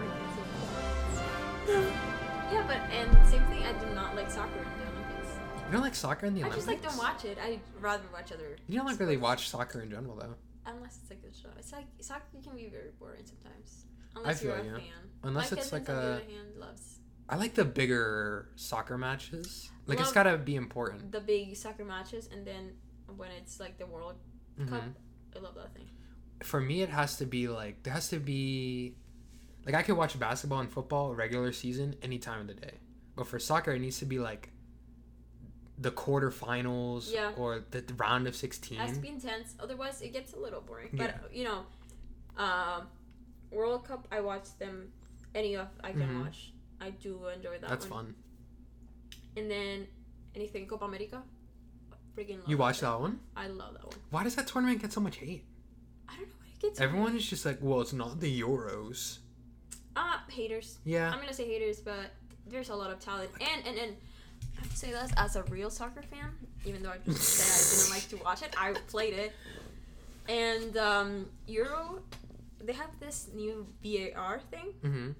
yeah, but and same thing. I do not like soccer in the Olympics. You don't like soccer in the I Olympics? just like don't watch it. I would rather watch other. You don't like really watch soccer in general though, Unless it's a good show. It's like soccer can be very boring sometimes. Unless feel you're a you. fan. unless My it's like cousins, on a. the other hand loves I like the bigger soccer matches. Like it's Love- gotta be important. the big soccer matches, and then when it's like the World Cup, Mhm. I love that thing. For me, it has to be like there has to be, like I could watch basketball and football regular season any time of the day, but for soccer, it needs to be like the quarterfinals Yeah. or the the round of It sixteen. has to be intense, otherwise it gets a little boring. Yeah. But you know, um, World Cup, I watch them. Any of I can Mhm. watch. I do enjoy that. That's one. fun. And then anything Copa America, freaking. Love You watch that one? I love that one. Why does that tournament get so much hate? I don't know what it gets. me. Everyone is just like, well, it's not the Euros. Ah, haters. Yeah. I'm gonna say haters, but there's a lot of talent. And and and I have to say this as a real soccer fan, even though I just said I didn't like to watch it, I played it. And um, Euro, they have this new VAR thing. Mm-hmm.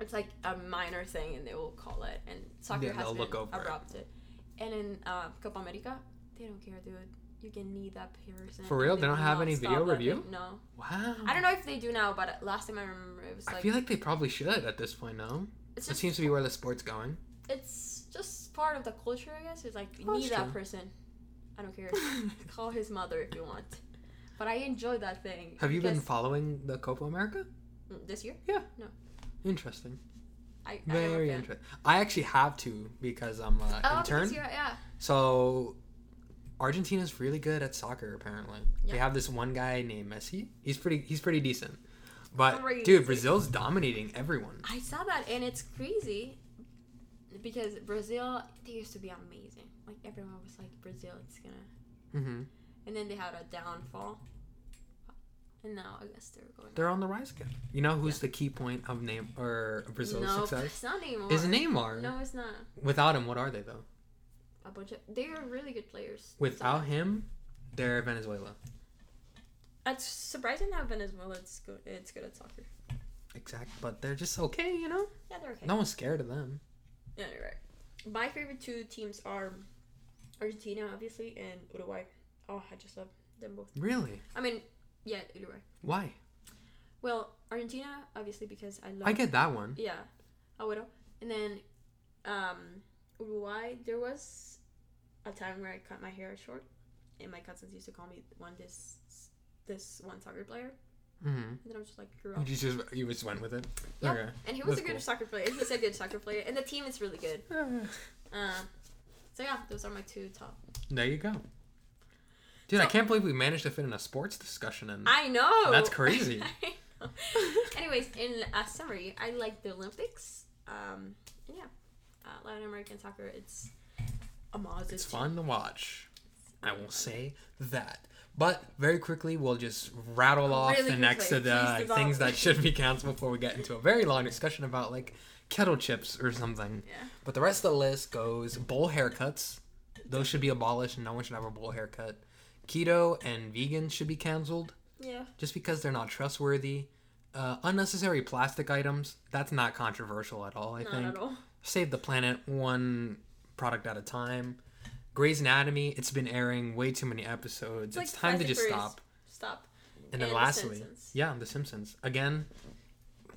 It's like a minor thing, and they will call it. And soccer Yeah, has they'll been look over it. erupted. And in uh, Copa America, they don't care, dude. You can need that person. For real? They don't will have not any stop video that review? thing. No, Wow. I don't know if they do now, but last time I remember, it was I like feel like they probably should at this point, no? it's It just seems to be where the sport's going. it's just part of the culture, I guess. It's like you Oh, need that's that true. person. I don't care. Call his mother if you want. But I enjoy that thing. Have you been because- following the Copa America? Mm, this year? Interesting. I I am a Very fan. interesting. I actually have to because I'm an Oh, intern. this year, yeah. So Argentina's really good at soccer apparently. They Yeah. have this one guy named Messi. He's pretty he's pretty decent. But Crazy. dude, Brazil's dominating everyone. I saw that and it's crazy because Brazil they used to be amazing. Like everyone was like Brazil, it's gonna hmm and then they had a downfall. And now I guess they're going. They're on the rise again. You know who's the key point of name or of Brazil's no, success? it's not anymore. Is Neymar. No, it's not. Without him, what are they though? A bunch of they are really good players. Without him, they're Venezuela. It's surprising how Venezuela it's good. It's good at soccer. Exactly. But they're just okay, you know? Yeah, they're okay. No one's scared of them. Yeah, you're right. My favorite two teams are Argentina, obviously, and Uruguay. Oh, I just love them both. Really? I mean, yeah, Uruguay. Why? Well, Argentina, obviously, because I love. I get that one. Yeah, Agüero, and then um, Uruguay. There was a time where I cut my hair short, and my cousins used to call me one this this one soccer player. Mm-hmm. And then I'm just like grew up. You just you just went with it. Yeah. Okay. And he was That's a good cool. soccer player. He's a good soccer player, and the team is really good. Uh, Um, so yeah, those are my two top. There you go. Dude, I So- can't believe we managed to fit in a sports discussion and I know. That's crazy. I know. Anyways, in a summary, I like the Olympics. Um, and yeah, uh, Latin American soccer. It's a amazing. it's fun to watch. I will say that. But very quickly, we'll just rattle off Oh, Really the next of quickly. Please the develop. things that should be canceled before we get into a very long discussion about like kettle chips or something. Yeah. But the rest of the list goes bowl haircuts. Those should be abolished and no one should have a bowl haircut. Keto and vegan should be canceled. Yeah. just because they're not trustworthy. Uh, unnecessary plastic items, that's not controversial at all, I Not think. at all. Save the planet one product at a time. Grey's Anatomy, it's been airing way too many episodes. It's, like time to Fast and just Furious. stop. Stop. And then And The lastly, Simpsons. yeah, The Simpsons. Again,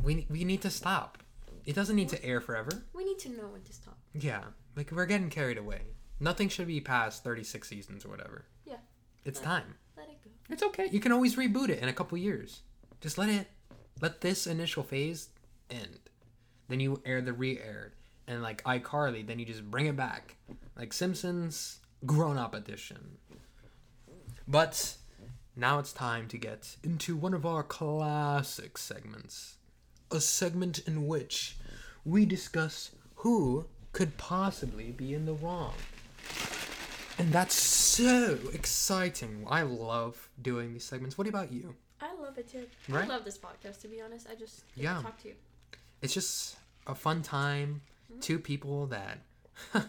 we, we need to stop. It doesn't need to air forever. We need to know when to stop. Yeah, like we're getting carried away. Nothing should be past 36 seasons or whatever. Yeah. It's time. Let it go. It's okay. You can always reboot it in a couple years. Just let it, let this initial phase end. Then you air the re-aired, and like iCarly, then you just bring it back, like Simpsons Grown Up Edition. But now it's time to get into one of our classic segments, a segment in which we discuss who could possibly be in the wrong. And that's so exciting. I love doing these segments. What about you? I love it too. Right? I love this podcast to be honest. I just get Yeah. to talk to you. It's just a fun time. Two people that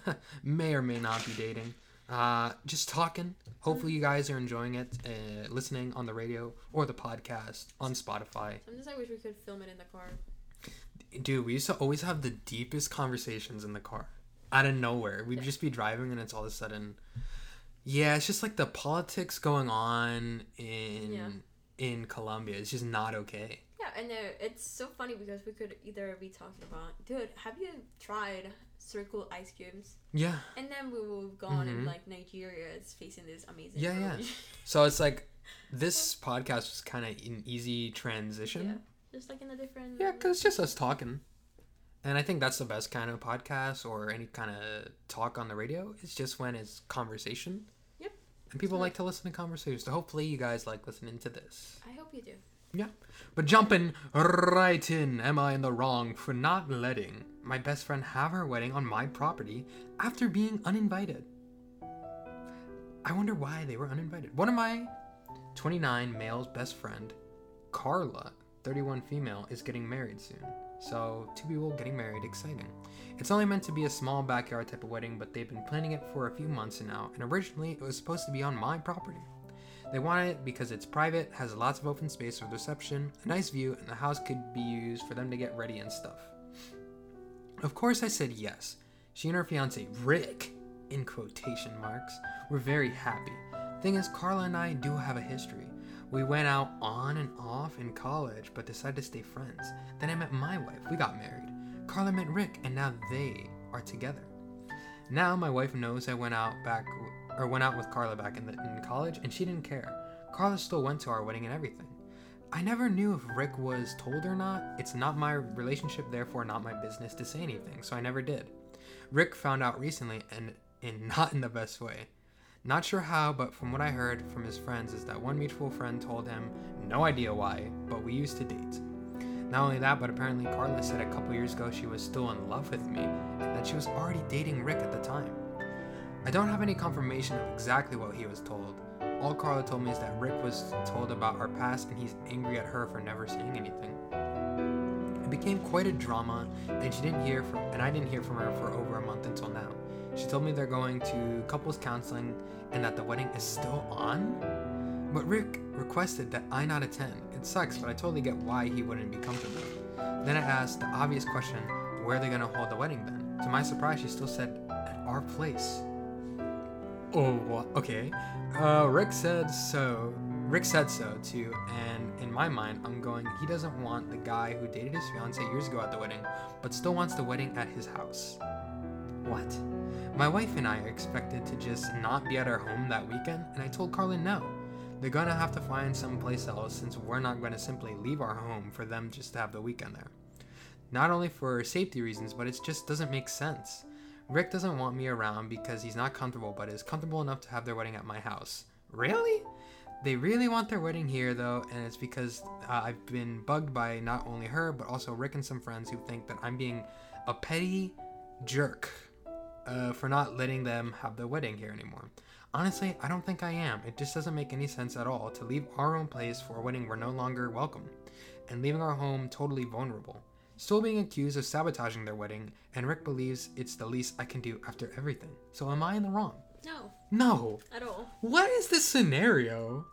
may or may not be dating. Uh, just talking. Hopefully, you guys are enjoying it, uh, listening on the radio or the podcast on Spotify. Sometimes I wish we could film it in the car. Dude, we used to always have the deepest conversations in the car out of nowhere. We'd just be driving, and it's all of a sudden, yeah, it's just like the politics going on in Yeah. in Colombia. It's just not okay. Yeah, and there, it's so funny because we could either be talking about, dude, have you tried circle ice cubes? Yeah. And then we will go on and like Nigeria is facing this amazing. Mm-hmm. Yeah, yeah. economy. So it's like this podcast was kind of an easy yeah. transition. Just like in a different. Yeah, because it's just us talking. And I think that's the best kind of podcast or any kind of talk on the radio. It's just when it's conversation. Yep. And people like to listen to conversations. So hopefully you guys like listening to this. I hope you do. Yeah. But jumping right in, am I in the wrong for not letting my best friend have her wedding on my property after being uninvited? I wonder why they were uninvited. One of my 29 male's best friend, Carla, 31 female, is getting married soon. So, two people getting married, exciting. It's only meant to be a small backyard type of wedding, but they've been planning it for a few months now, and originally it was supposed to be on my property. They want it because it's private, has lots of open space for reception, a nice view, and the house could be used for them to get ready and stuff. Of course, I said yes. She and her fiance, Rick, in quotation marks, were very happy. Thing is, Carla and I do have a history. We went out on and off in college, but decided to stay friends. Then I met my wife, we got married. Carla met Rick, and now they are together. Now my wife knows I went out back or went out with Carla back in, the, in college, and she didn't care. Carla still went to our wedding and everything. I never knew if Rick was told or not. It's not my relationship, therefore not my business to say anything, so I never did. Rick found out recently and in not in the best way. Not sure how, but from what I heard from his friends is that one mutual friend told him, no idea why, but we used to date. Not only that, but apparently Carla said a couple years ago she was still in love with me and that she was already dating Rick at the time. I don't have any confirmation of exactly what he was told. All Carla told me is that Rick was told about our past and he's angry at her for never saying anything. It became quite a drama, and she didn't hear from, and I didn't hear from her for over a month until now. She told me they're going to couples counseling and that the wedding is still on. But Rick requested that I not attend. It sucks, but I totally get why he wouldn't be comfortable. Then I asked the obvious question, where are they gonna hold the wedding then? To my surprise, she still said, at our place. Oh, wha- okay. Uh, Rick said so. Rick said so too, and in my mind, I'm going, he doesn't want the guy who dated his fiance years ago at the wedding, but still wants the wedding at his house. What? My wife and I are expected to just not be at our home that weekend, and I told Carlin no. They're gonna have to find someplace else since we're not gonna simply leave our home for them just to have the weekend there. Not only for safety reasons, but it just doesn't make sense. Rick doesn't want me around because he's not comfortable, but is comfortable enough to have their wedding at my house. Really? They really want their wedding here though, and it's because uh, I've been bugged by not only her, but also Rick and some friends who think that I'm being a petty jerk uh, for not letting them have the wedding here anymore. Honestly, I don't think I am. It just doesn't make any sense at all to leave our own place for a wedding we're no longer welcome, and leaving our home totally vulnerable. Still being accused of sabotaging their wedding, and Rick believes it's the least I can do after everything. So am I in the wrong? No, No. at all. What is this scenario?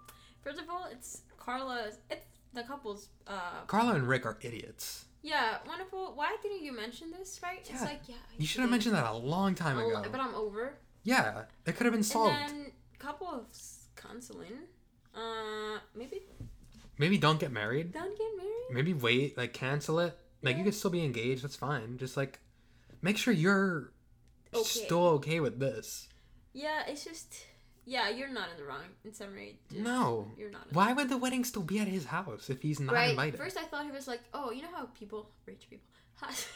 First of all, it's Carla's. It's the couple's. Uh, Carla and Rick are idiots. yeah, wonderful. Why didn't you mention this? Right? It's Yeah. like yeah. I You should have did. mentioned that a long time Oh, ago. But I'm over. Yeah, it could have been solved. And then couple of s- counseling. Uh, maybe Maybe don't get married. don't get married. maybe wait like cancel it like you Yeah. could still be engaged that's fine just like make sure you're Okay. still okay with this Yeah, it's just. Yeah, you're not in the wrong. In summary, just- no you're not. in the why would the wedding still be at his house if he's not right. invited First, I thought he was like, oh, you know how people, rich people, have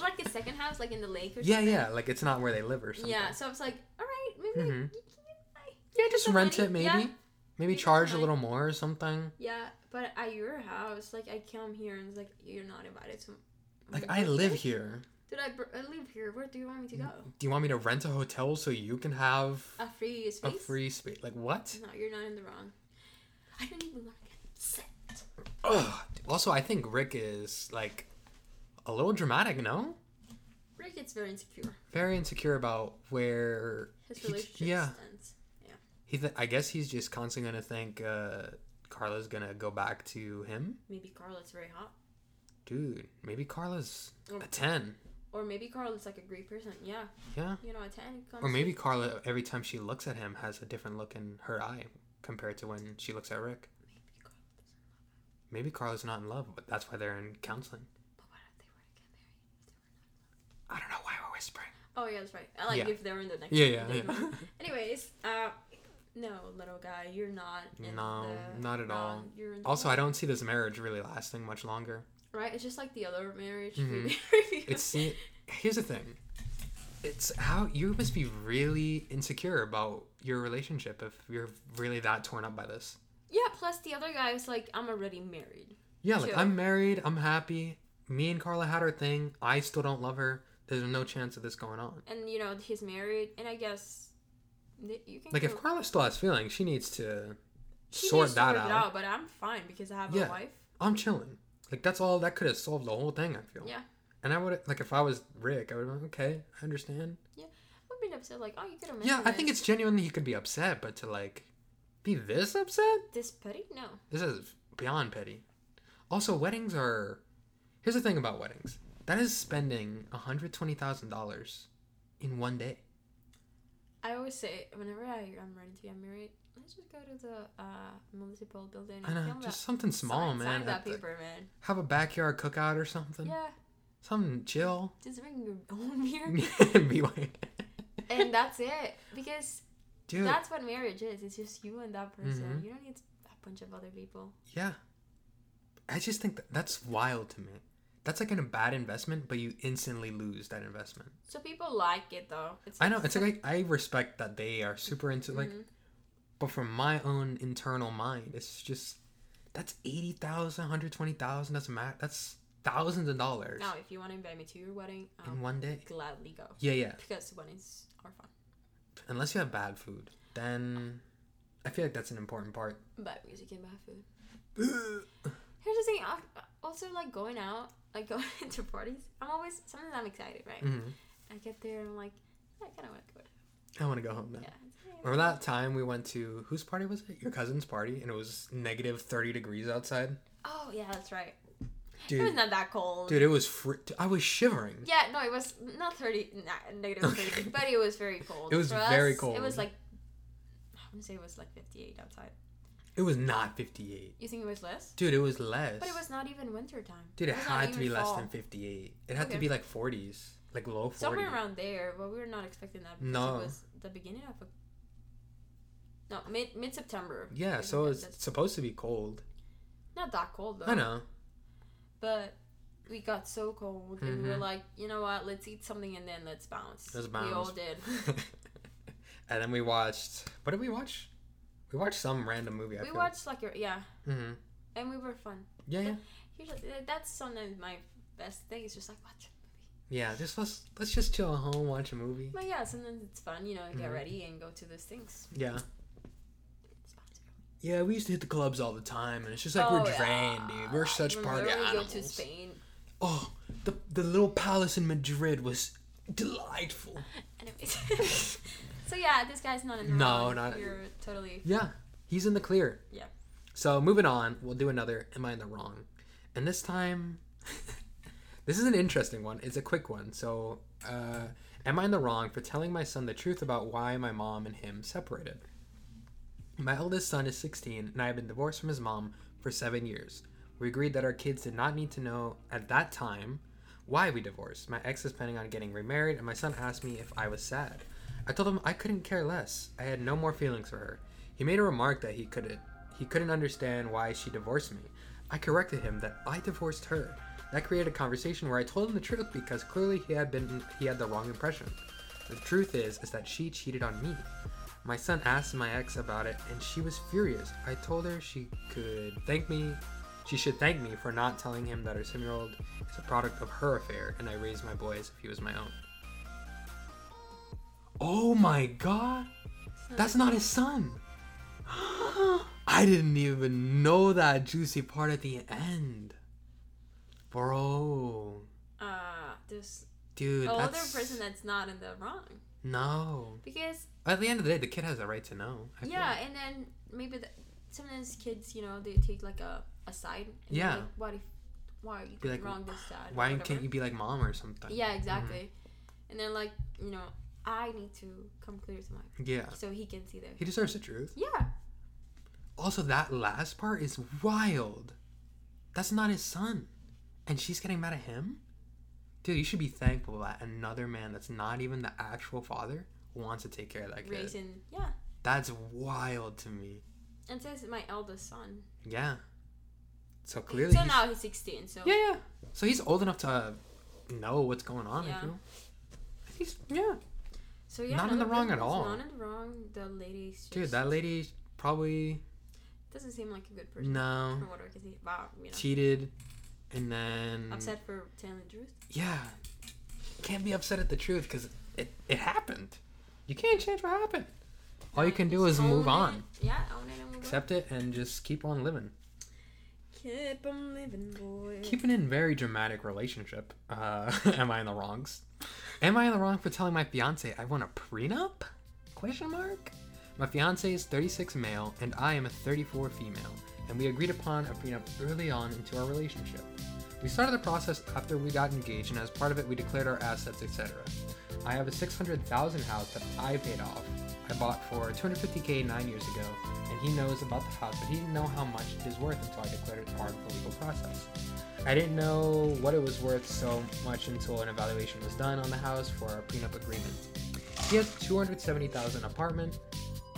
like a second house, like in the lake or yeah something. yeah like it's not where they live or something Yeah. So I was like, all right, maybe. Mhm. you can- I- yeah just the rent money. it maybe Yeah. maybe Maybe charge a fine. little more or something Yeah, but at your house, like I come here and it's like you're not invited to Like I live Mm-hmm. here. Dude, I, br- I live here. Where do you want me to go? Do you want me to rent a hotel so you can have A free a space? free space? Like what? No, you're not in the wrong. I don't even want to get upset. Ugh. Also, I think Rick is like a little dramatic. No, Rick gets very insecure. very insecure about where His he- relationship yeah, stands. he. Th- I guess he's just constantly gonna think uh, Carla's gonna go back to him. Maybe Carla's very hot. Dude, maybe Carla's Oh. a ten. Or maybe Carla's like a great person. Yeah. Yeah. You know, a 10 comes Or maybe Carla, every time she looks at him, has a different look in her eye compared to when she looks at Rick. Maybe Carla doesn't. Maybe Carla's not in love, but that's why they're in counseling. But what if they were to get married? I don't know why we're whispering. Oh, yeah, that's right. I like Yeah. if they were in the next Yeah, one, yeah, they yeah. were. Anyways, uh, no, little guy, you're not. in No, the not at all. wrong. You're in the Also, I right. don't see this marriage really lasting much longer. Right? It's just like the other marriage. Mhm. we- It's se- here's the thing. It's how you must be really insecure about your relationship if you're really that torn up by this. Yeah, plus the other guy was like, I'm already married. Yeah, like Sure. I'm married, I'm happy. Me and Carla had our thing. I still don't love her. There's no chance of this going on. And, you know, he's married. And I guess that you can. Like if go- Carla still has feelings, she needs to She sort needs to that work out. it But I'm fine because I have Yeah. a wife. I'm chilling. Like that's all that could have solved the whole thing. I feel. Yeah. And I would like if I was Rick, I would have been okay. I understand. I've been upset. Like, oh, you could have Yeah, I think it's genuine. He could be upset, but to like be this upset, This petty? No. this is beyond petty. Also, weddings are. Here's the thing about weddings. That is spending hundred twenty thousand dollars in one day. I always say, whenever I, I'm ready to get married, let's just go to the uh, municipal building I and know, film just that. something small, sign, man. Sign that Have the- paper, man. Have a backyard cookout or something. Yeah. Something chill. Just bring your own beer. be like, and that's it. Because dude. that's what marriage is. It's just you and that person. Mhm. You don't need a bunch of other people. Yeah. I just think that that's wild to me. That's like an, a bad investment, but you instantly lose that investment. So people like it though. It's I know. It's like I respect that they are super into like, Mhm. but from my own internal mind, it's just that's 80,000, 120,000, doesn't matter. That's thousands of dollars now if you want to invite me to your wedding, I'll in one day. gladly go Yeah, yeah. because weddings are fun. Unless you have bad food, then I feel like that's an important part. Mm-hmm. But music and bad food. Here's the thing. I- Also, like going out, like going to parties. I'm always sometimes I'm excited, right? Mhm. I get there and I'm like, I kind of want to go. to- I want to go home now. Yeah. Remember that time we went to whose party was it? Your cousin's party, and it was negative 30 degrees outside? Oh yeah, that's right. It was Dude, not that cold. dude, it was fr- I was shivering. Yeah, no, it was not 30, nah, negative 30, but it was very cold. It was For very It cold. was like, I want to say it was like 58 outside. It was not 58. You think it was less? Dude, it was less. But it was not even winter time. Dude, it was not had to even be less fall. than 58. It had to Okay. be like 40s, like low 40s. Somewhere around there, but we were not expecting that because No. it was the beginning of a, no mid mid September. Yeah, so it's supposed to be cold. not that cold though. I know. But we got so cold, and we were Mhm. like, you know what? Let's eat something and then let's bounce. Let's We all bounce. did. and then we watched. What did we watch? We watched some random movie. I we feel. watched like your yeah, hmm and we were fun. Yeah, yeah, Usually, that's sometimes my best thing. It's just like watch a movie. yeah. Just let's let's just chill at home, watch a movie. But yeah, sometimes it's fun, you know, get Mhm. ready and go to those things. Yeah, It's fun to go. yeah. We used to hit the clubs all the time, and it's just like Oh, we're yeah. drained, dude. We're such Remember party when we go animals. to Spain Oh, the the little palace in Madrid was delightful. Anyways. so yeah, this guy's not in the No, wrong. not- You're totally. Yeah, he's in the clear. Yeah. So moving on, we'll do another Am I in the Wrong? And this time, this is an interesting one. It's a quick one. So, uh, am I in the wrong for telling my son the truth about why my mom and him separated? My eldest son is 16, and I have been divorced from his mom for seven years. We agreed that our kids did not need to know at that time why we divorced. My ex is planning on getting remarried, and my son asked me if I was sad. I told him I couldn't care less. I had no more feelings for her. He made a remark that he couldn't he couldn't understand why she divorced me. I corrected him that I divorced her. That created a conversation where I told him the truth because clearly he had been he had the wrong impression. The truth is is that she cheated on me. My son asked my ex about it and she was furious. I told her she could thank me She should thank me for not telling him that her seven year old is a product of her affair and I raised my boy as if he was my own. Oh my god! That's not his son! I didn't even know that juicy part at the end. Bro. Uh, this Dude, older that's... person that's not in the wrong No. because At the end of the day, the kid has a right to know. I feel. yeah, and then maybe the, sometimes kids, you know, they take like a, a side. and they're Yeah. Like, what if? Why are you Be like, wrong this dad? Why whatever. can't you be Mm-hmm. like mom or something? Yeah, exactly. And then like you know, I need to come clear to my Yeah. so he can see there. Uh, He deserves the truth. Yeah. Also, that last part is wild. That's not his son. And she's getting mad at him? Dude, you should be thankful that another man that's not even the actual father wants to take care of that kid. Raising. Yeah. That's wild to me. And says my eldest son. Yeah. So clearly. so he's- now he's 16. So Yeah, yeah. So he's old enough to uh, know what's going on, I Yeah. feel. He's, yeah. So yeah, Not in the no, wrong that at was all. Not in the wrong. The lady. Dude, that lady probably doesn't seem like a good person. no From what I can see, wow, you know, cheated, and then upset for telling the truth. Yeah, can't be upset at the truth because it it happened. You can't change what happened. All you Like, can do is just move own on, it. Yeah, own it and move accept it, and just keep on living. on. Keep 'em living, boy. Keeping in very dramatic relationship. Uh, am I in the wrongs? Am I in the wrong for telling my fiance I want a prenup? Question mark. My fiance is 36 male and I am a 34 female, and we agreed upon a prenup early on into our relationship. We started the process after we got engaged, and as part of it, we declared our assets, etc. I have a 600,000 house that I paid off. I bought for 250k nine years ago, and he knows about the house, but he didn't know how much it is worth until I declared it part of the legal process. I didn't know what it was worth so much until an evaluation was done on the house for our prenup agreement. He has 270,000 apartment.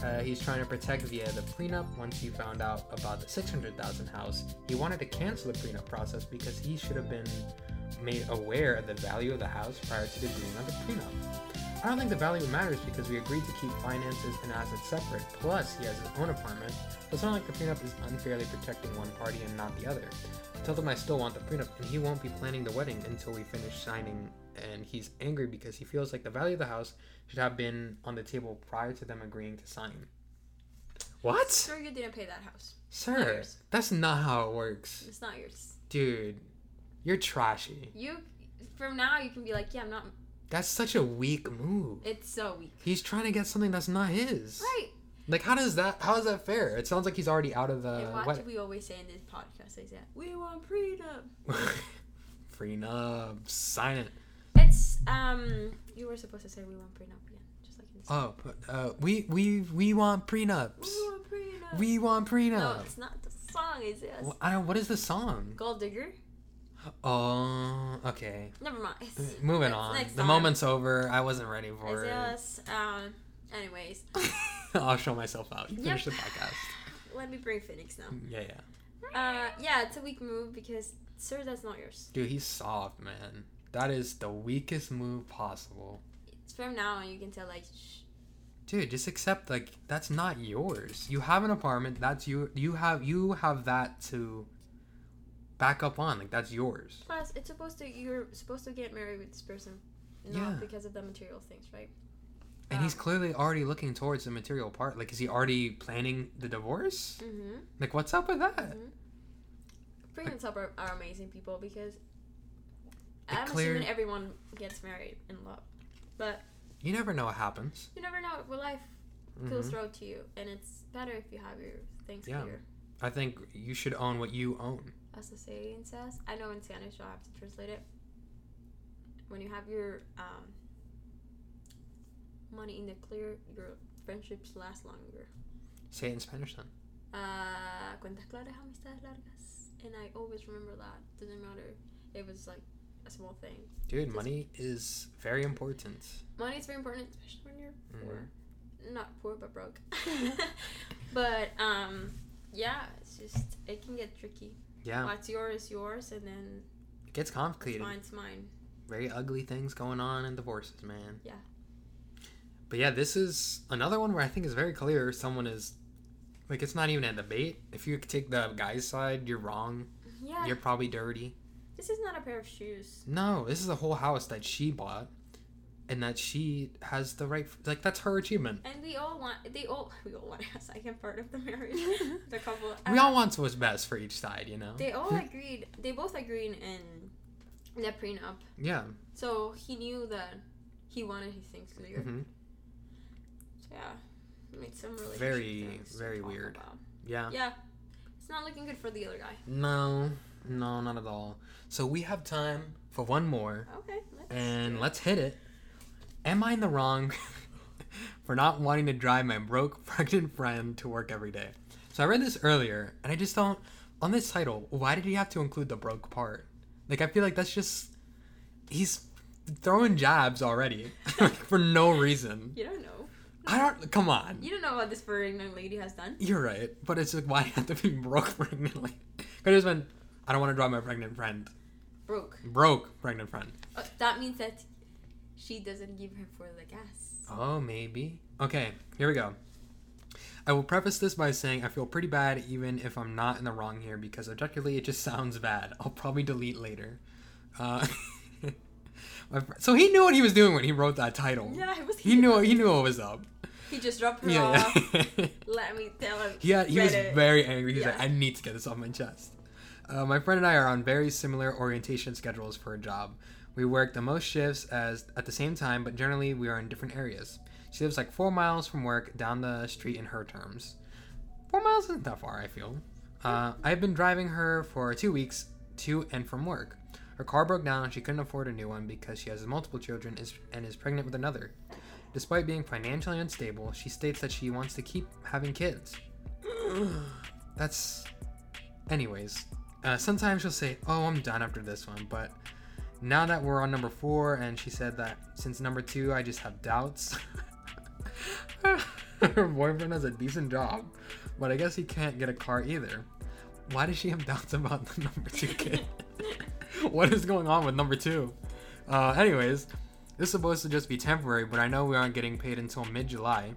Uh, he's trying to protect via the prenup. Once he found out about the 600,000 house, he wanted to cancel the prenup process because he should have been made aware of the value of the house prior to the agreeing on the prenup. I don't think the value matters because we agreed to keep finances and assets separate. Plus, he has his own apartment, so it's not like the prenup is unfairly protecting one party and not the other. I told him I still want the prenup, and he won't be planning the wedding until we finish signing. And he's angry because he feels like the value of the house should have been on the table prior to them agreeing to sign. What? Sure, you didn't pay that house. Sir, that's not how it works. It's not yours. Dude, you're trashy. You, from now you can be like, yeah, I'm not. That's such a weak move. It's so weak. He's trying to get something that's not his. Right. Like, how does that? How is that fair? It sounds like he's already out of uh, the and what, what? do we always say in this podcast? I say, we want freedom. prenup. Sign it. It's um, you were supposed to say we want prenup again, just like in this. Oh, but, uh, we we we want prenups. we want prenup. We want no, prenup. it's not the song. It's this Wh- I don't. What is the song? gold digger. Oh, okay. Never mind. It's, Moving it's on. next The time. moment's over. I wasn't ready It's for it. this. Um. Anyways, I'll show myself out. You Yep. finish the podcast. let me bring Phoenix now. Yeah, yeah. Uh, yeah, it's a weak move because, sir, that's not yours. Dude, he's soft, man. That is the weakest move possible. It's from now on. You can tell like, shh, dude just accept like that's not yours you have an apartment that's you you have you have that to back up on like that's yours Plus, it's supposed to you're supposed to get married with this person, not Yeah. because of the material things, right? and he's Um, clearly already looking towards the material part like is he already planning the divorce Mm-hmm. like what's up with that Prenups are, are amazing people because It I'm clear- assuming everyone gets married in love, but you never know what happens you never know. Well, life goes Mhm. road to you, and it's better if you have your things Yeah. clear. i think you should own what you own As the saying says, I know in Spanish, so I have to translate it. When you have your um, money in the clear, your friendships last longer. say it in spanish then uh, cuentas claras, amistades largas. And I always remember that. Doesn't matter. It was like a small thing. dude money is very important Money is very important, especially when you're poor. Mhm. Not poor, but broke. but um, yeah, it's just it can get tricky. yeah What's yours is yours, and then it gets complicated mine's mine. very ugly things going on in divorces, man. Yeah. But yeah, this is another one where I think is very clear someone is Like it's not even a debate. If you take the guy's side, you're wrong. Yeah. You're probably dirty. This is not a pair of shoes. No, this is a whole house that she bought, and that she has the right. Like that's her achievement. And we all want, they all, we all want a second part of the marriage. the couple. um, We all want what's best for each side, you know. They all agreed. They both agreed in the prenup. Yeah. So he knew that he wanted his things clear. Mhm. Yeah. Made some really Very, very weird. Uh. Yeah. Yeah. It's not looking good for the other guy. No, no, not at all. So we have time for one more, Okay. Let's and let's hit it. Am I in the wrong for not wanting to drive my broke pregnant friend to work every day? So I read this earlier, and I just don't. On this title, why did he have to include the broke part? Like, I feel like that's just. He's throwing jabs already like, for no reason. You don't know. I don't. Come on. You don't know what this pregnant lady has done. You're right, but it's like, why do you have to be broke pregnantly? Could have just been, I don't want to drive my pregnant friend. Broke. broke pregnant friend. Uh, that means that she doesn't give him for the gas. Oh, maybe. Okay, here we go. I will preface this by saying I feel pretty bad even if I'm not in the wrong here because objectively it just sounds bad. I'll probably delete later. Uh, my fr- so he knew what he was doing when he wrote that title. Yeah, it was He knew he knew what was up. He just dropped her Yeah, off. yeah. Let me tell him. Yeah, he was Reddit. very angry. He was Yeah. like, I need to get this off my chest. Uh, my friend and I are on very similar orientation schedules for a job. We work the most shifts as at the same time, but generally we are in different areas. She lives like four miles from work down the street in her terms. Four miles isn't that far, I feel. Hmm. Uh, I've been driving her for two weeks to and from work. Her car broke down, she couldn't afford a new one because she has multiple children is- and is pregnant with another. Despite being financially unstable, she states that she wants to keep having kids. That's. Anyways, uh, sometimes she'll say, Oh, I'm done after this one, but now that we're on number four, and she said that since number two, I just have doubts. Her boyfriend has a decent job, but I guess he can't get a car either. Why does she have doubts about the number two kid? what is going on with number two? Uh, anyways, this is supposed to just be temporary, but I know we aren't getting paid until mid July.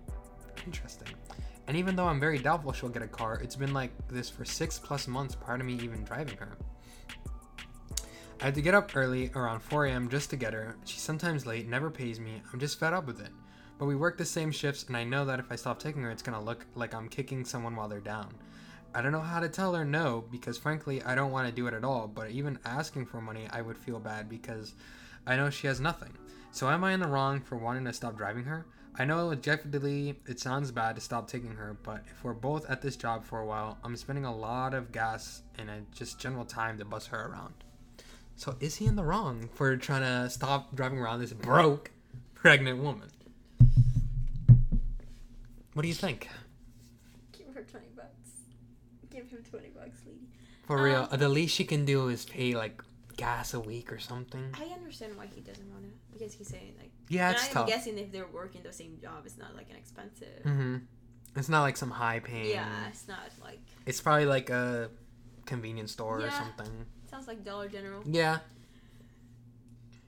Interesting. And even though I'm very doubtful she'll get a car, it's been like this for six plus months prior to me even driving her. I had to get up early, around 4 a.m., just to get her. She's sometimes late, never pays me. I'm just fed up with it. But we work the same shifts, and I know that if I stop taking her, it's gonna look like I'm kicking someone while they're down. I don't know how to tell her no because, frankly, I don't want to do it at all. But even asking for money, I would feel bad because I know she has nothing. So am I in the wrong for wanting to stop driving her? I know objectively it sounds bad to stop taking her, but if we're both at this job for a while, I'm spending a lot of gas and uh, just general time to bus her around. So is he in the wrong for trying to stop driving around this broke pregnant woman? What do you think? Give her 20 bucks. Give him 20 bucks, lady. For real, Um, the least she can do is pay like gas a week or something. I understand why he doesn't want to. Because he's saying, like, Yeah, and it's I'm tough. guessing if they're working the same job, it's not like an expensive. hmm It's not like some high paying. Yeah, it's not like. It's probably like a convenience store or Yeah. something. Sounds like Dollar General. Yeah.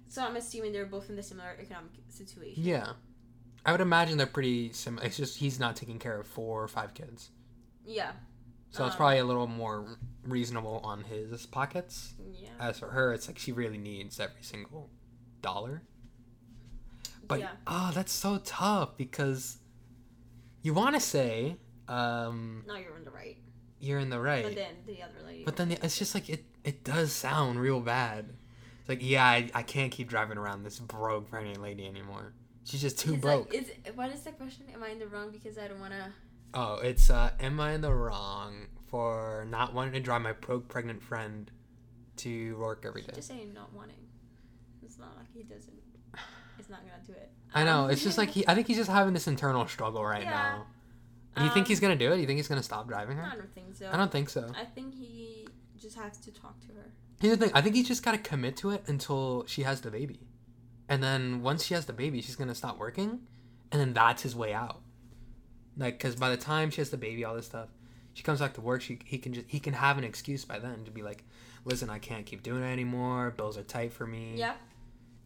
So I'm assuming they're both in the similar economic situation. Yeah. I would imagine they're pretty similar. It's just he's not taking care of four or five kids. Yeah. So it's Um, probably a little more reasonable on his pockets. Yeah. As for her, it's like she really needs every single dollar. But yeah. oh, that's so tough because you want to say um, Now you're on the right. you're in the right. But then the other lady. But then it's just like it it does sound real bad. It's like yeah, I, I can't keep driving around this broke pregnant lady anymore. She's just too It's broke. Like, is what is the question? Am I in the wrong because I don't want to? oh, it's uh, am I in the wrong for not wanting to drive my broke pregnant friend to work every day? Just saying not wanting. It's not like he doesn't. It's not gonna do it. I know. Um, It's just like he. I think he's just having this internal struggle right Yeah. now. Do you think um, he's gonna do it? Do you think he's gonna stop driving her? I don't think so. I don't think so. I think he just has to talk to her. Here's the thing. I think he's just gotta commit to it until she has the baby, and then once she has the baby, she's gonna stop working, and then that's his way out. Like, cause by the time she has the baby, all this stuff, she comes back to work. She he can just he can have an excuse by then to be like, listen, I can't keep doing it anymore. Bills are tight for me. Yeah.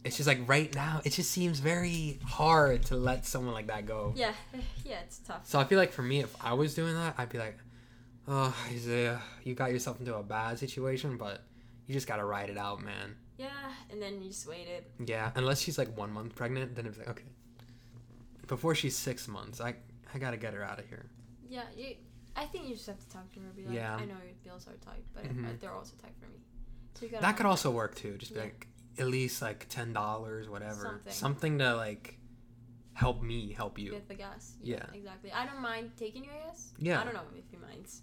It's just like right now, it just seems very hard to let someone like that go. Yeah, yeah, it's tough. So I feel like for me, if I was doing that, I'd be like, oh, Isaiah, you got yourself into a bad situation, but you just gotta ride it out, man. Yeah, and then you just waited. Yeah, unless she's like one month pregnant, then it's like, okay. Before she's six months, I, I gotta get her out of here. Yeah, you. I think you just have to talk to her. and Be like, Yeah. I know your bills are tight, but Mhm. uh, they're also tight for me. So you gotta That could also work too. Just be Yeah. like, at least like $10, whatever. Something, Something. to like help me help you. get the gas. Yeah. exactly. I don't mind taking your gas. Yeah. I don't know if he minds.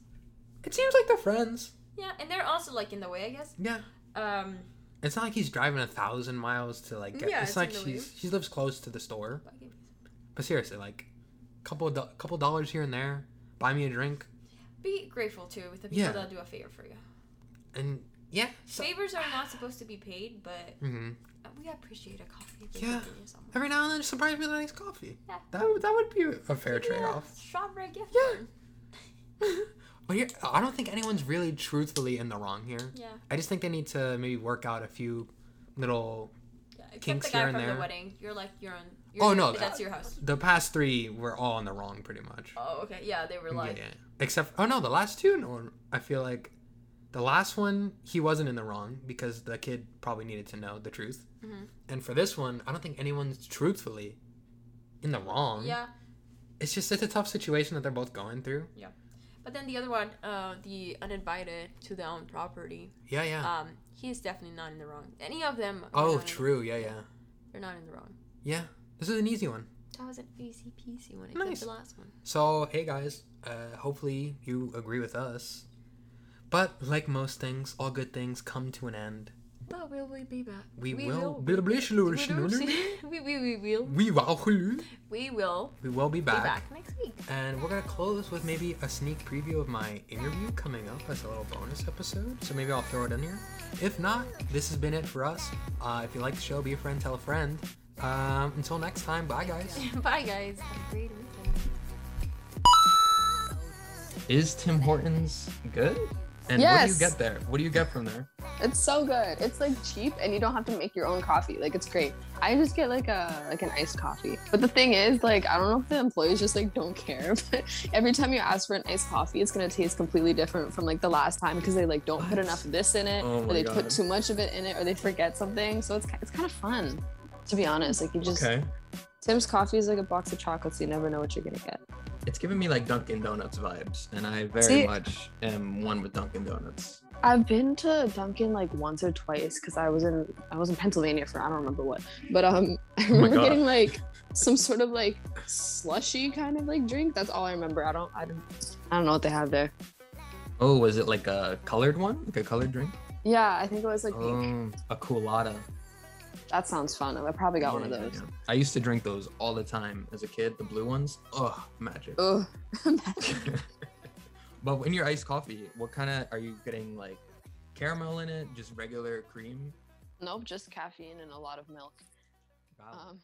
It seems like they're friends. Yeah, and they're also like in the way, I guess. Yeah. Um, It's not like he's driving a thousand miles to like get. Yeah, it's it's like in the she's she lives close to the store. but But seriously, like, couple do- couple dollars here and there, buy me a drink, be grateful too with the people Yeah. that do a favor for you. and yeah, so, Favors are not supposed to be paid, but Mhm. we appreciate a coffee. if they Yeah. give you something. every now and then surprise me with a nice coffee. Yeah. That would that would be a fair Give you a trade off. Strawberry gift. Yeah. card. But here, I don't think anyone's really truthfully in the wrong here. Yeah. I just think they need to maybe work out a few little. Yeah, except Kinks the guy here and from there. the wedding. You're like you're on. You're Oh, doing- no, but that- that's your house. The past three were all in the wrong, pretty much. Oh, okay. Yeah, they were like, yeah, yeah. Except, oh no, the last two, no one. I feel like the last one, he wasn't in the wrong because the kid probably needed to know the truth. Mhm. And for this one, I don't think anyone's truthfully in the wrong. yeah. It's just, it's a tough situation that they're both going through. But then the other one, uh, the uninvited to their own property. Yeah, yeah. Um, he is definitely not in the wrong. Any of them. are oh, not in- true. Yeah, yeah. They're not in the wrong. Yeah. This is an easy one. That was an easy peasy one. Except Nice. the last one. So, hey guys, uh, hopefully you agree with us. But like most things, all good things come to an end. But will we be back? We, will. will. We will. we, we, we will. We will. We will We will be be back. back next week. And we're gonna close with maybe a sneak preview of my interview coming up as a little bonus episode. So maybe I'll throw it in here. If not, this has been it for us. Uh, if you like the show, be a friend, tell a friend. Um, until next time, bye guys. Bye, guys. Have a great weekend. Is Tim Hortons good? And what Yes. do you get there? What do you get from there? It's so good. It's like cheap and you don't have to make your own coffee. Like it's great. I just get like a like an iced coffee. But the thing is, like I don't know if the employees just like don't care, but every time you ask for an iced coffee, it's gonna taste completely different from like the last time because they like don't put What? enough of this in it, Oh my or they God. put too much of it in it, or they forget something. So it's ki- it's kind of fun, to be honest. Like you just Okay. Tim's coffee is like a box of chocolates. You never know what you're gonna get. It's giving me like Dunkin' Donuts vibes, and I very See- much am one with Dunkin' Donuts. I've been to Dunkin' like once or twice because I was in I was in Pennsylvania for I don't remember what, but um I Oh my remember God. getting like some sort of like slushy kind of like drink. That's all I remember. I don't I don't I don't know what they have there. Oh, was it like a colored one? Like a colored drink? Yeah, I think it was like pink. Oh, a culotta. that sounds fun. I probably got one of Yeah, yeah, those. yeah. I used to drink those all the time as a kid, the blue ones. Oh, magic. Ugh. but in your iced coffee, what kind of are you getting like caramel in it? Just regular cream? Oh. nope, just caffeine and a lot of milk. Um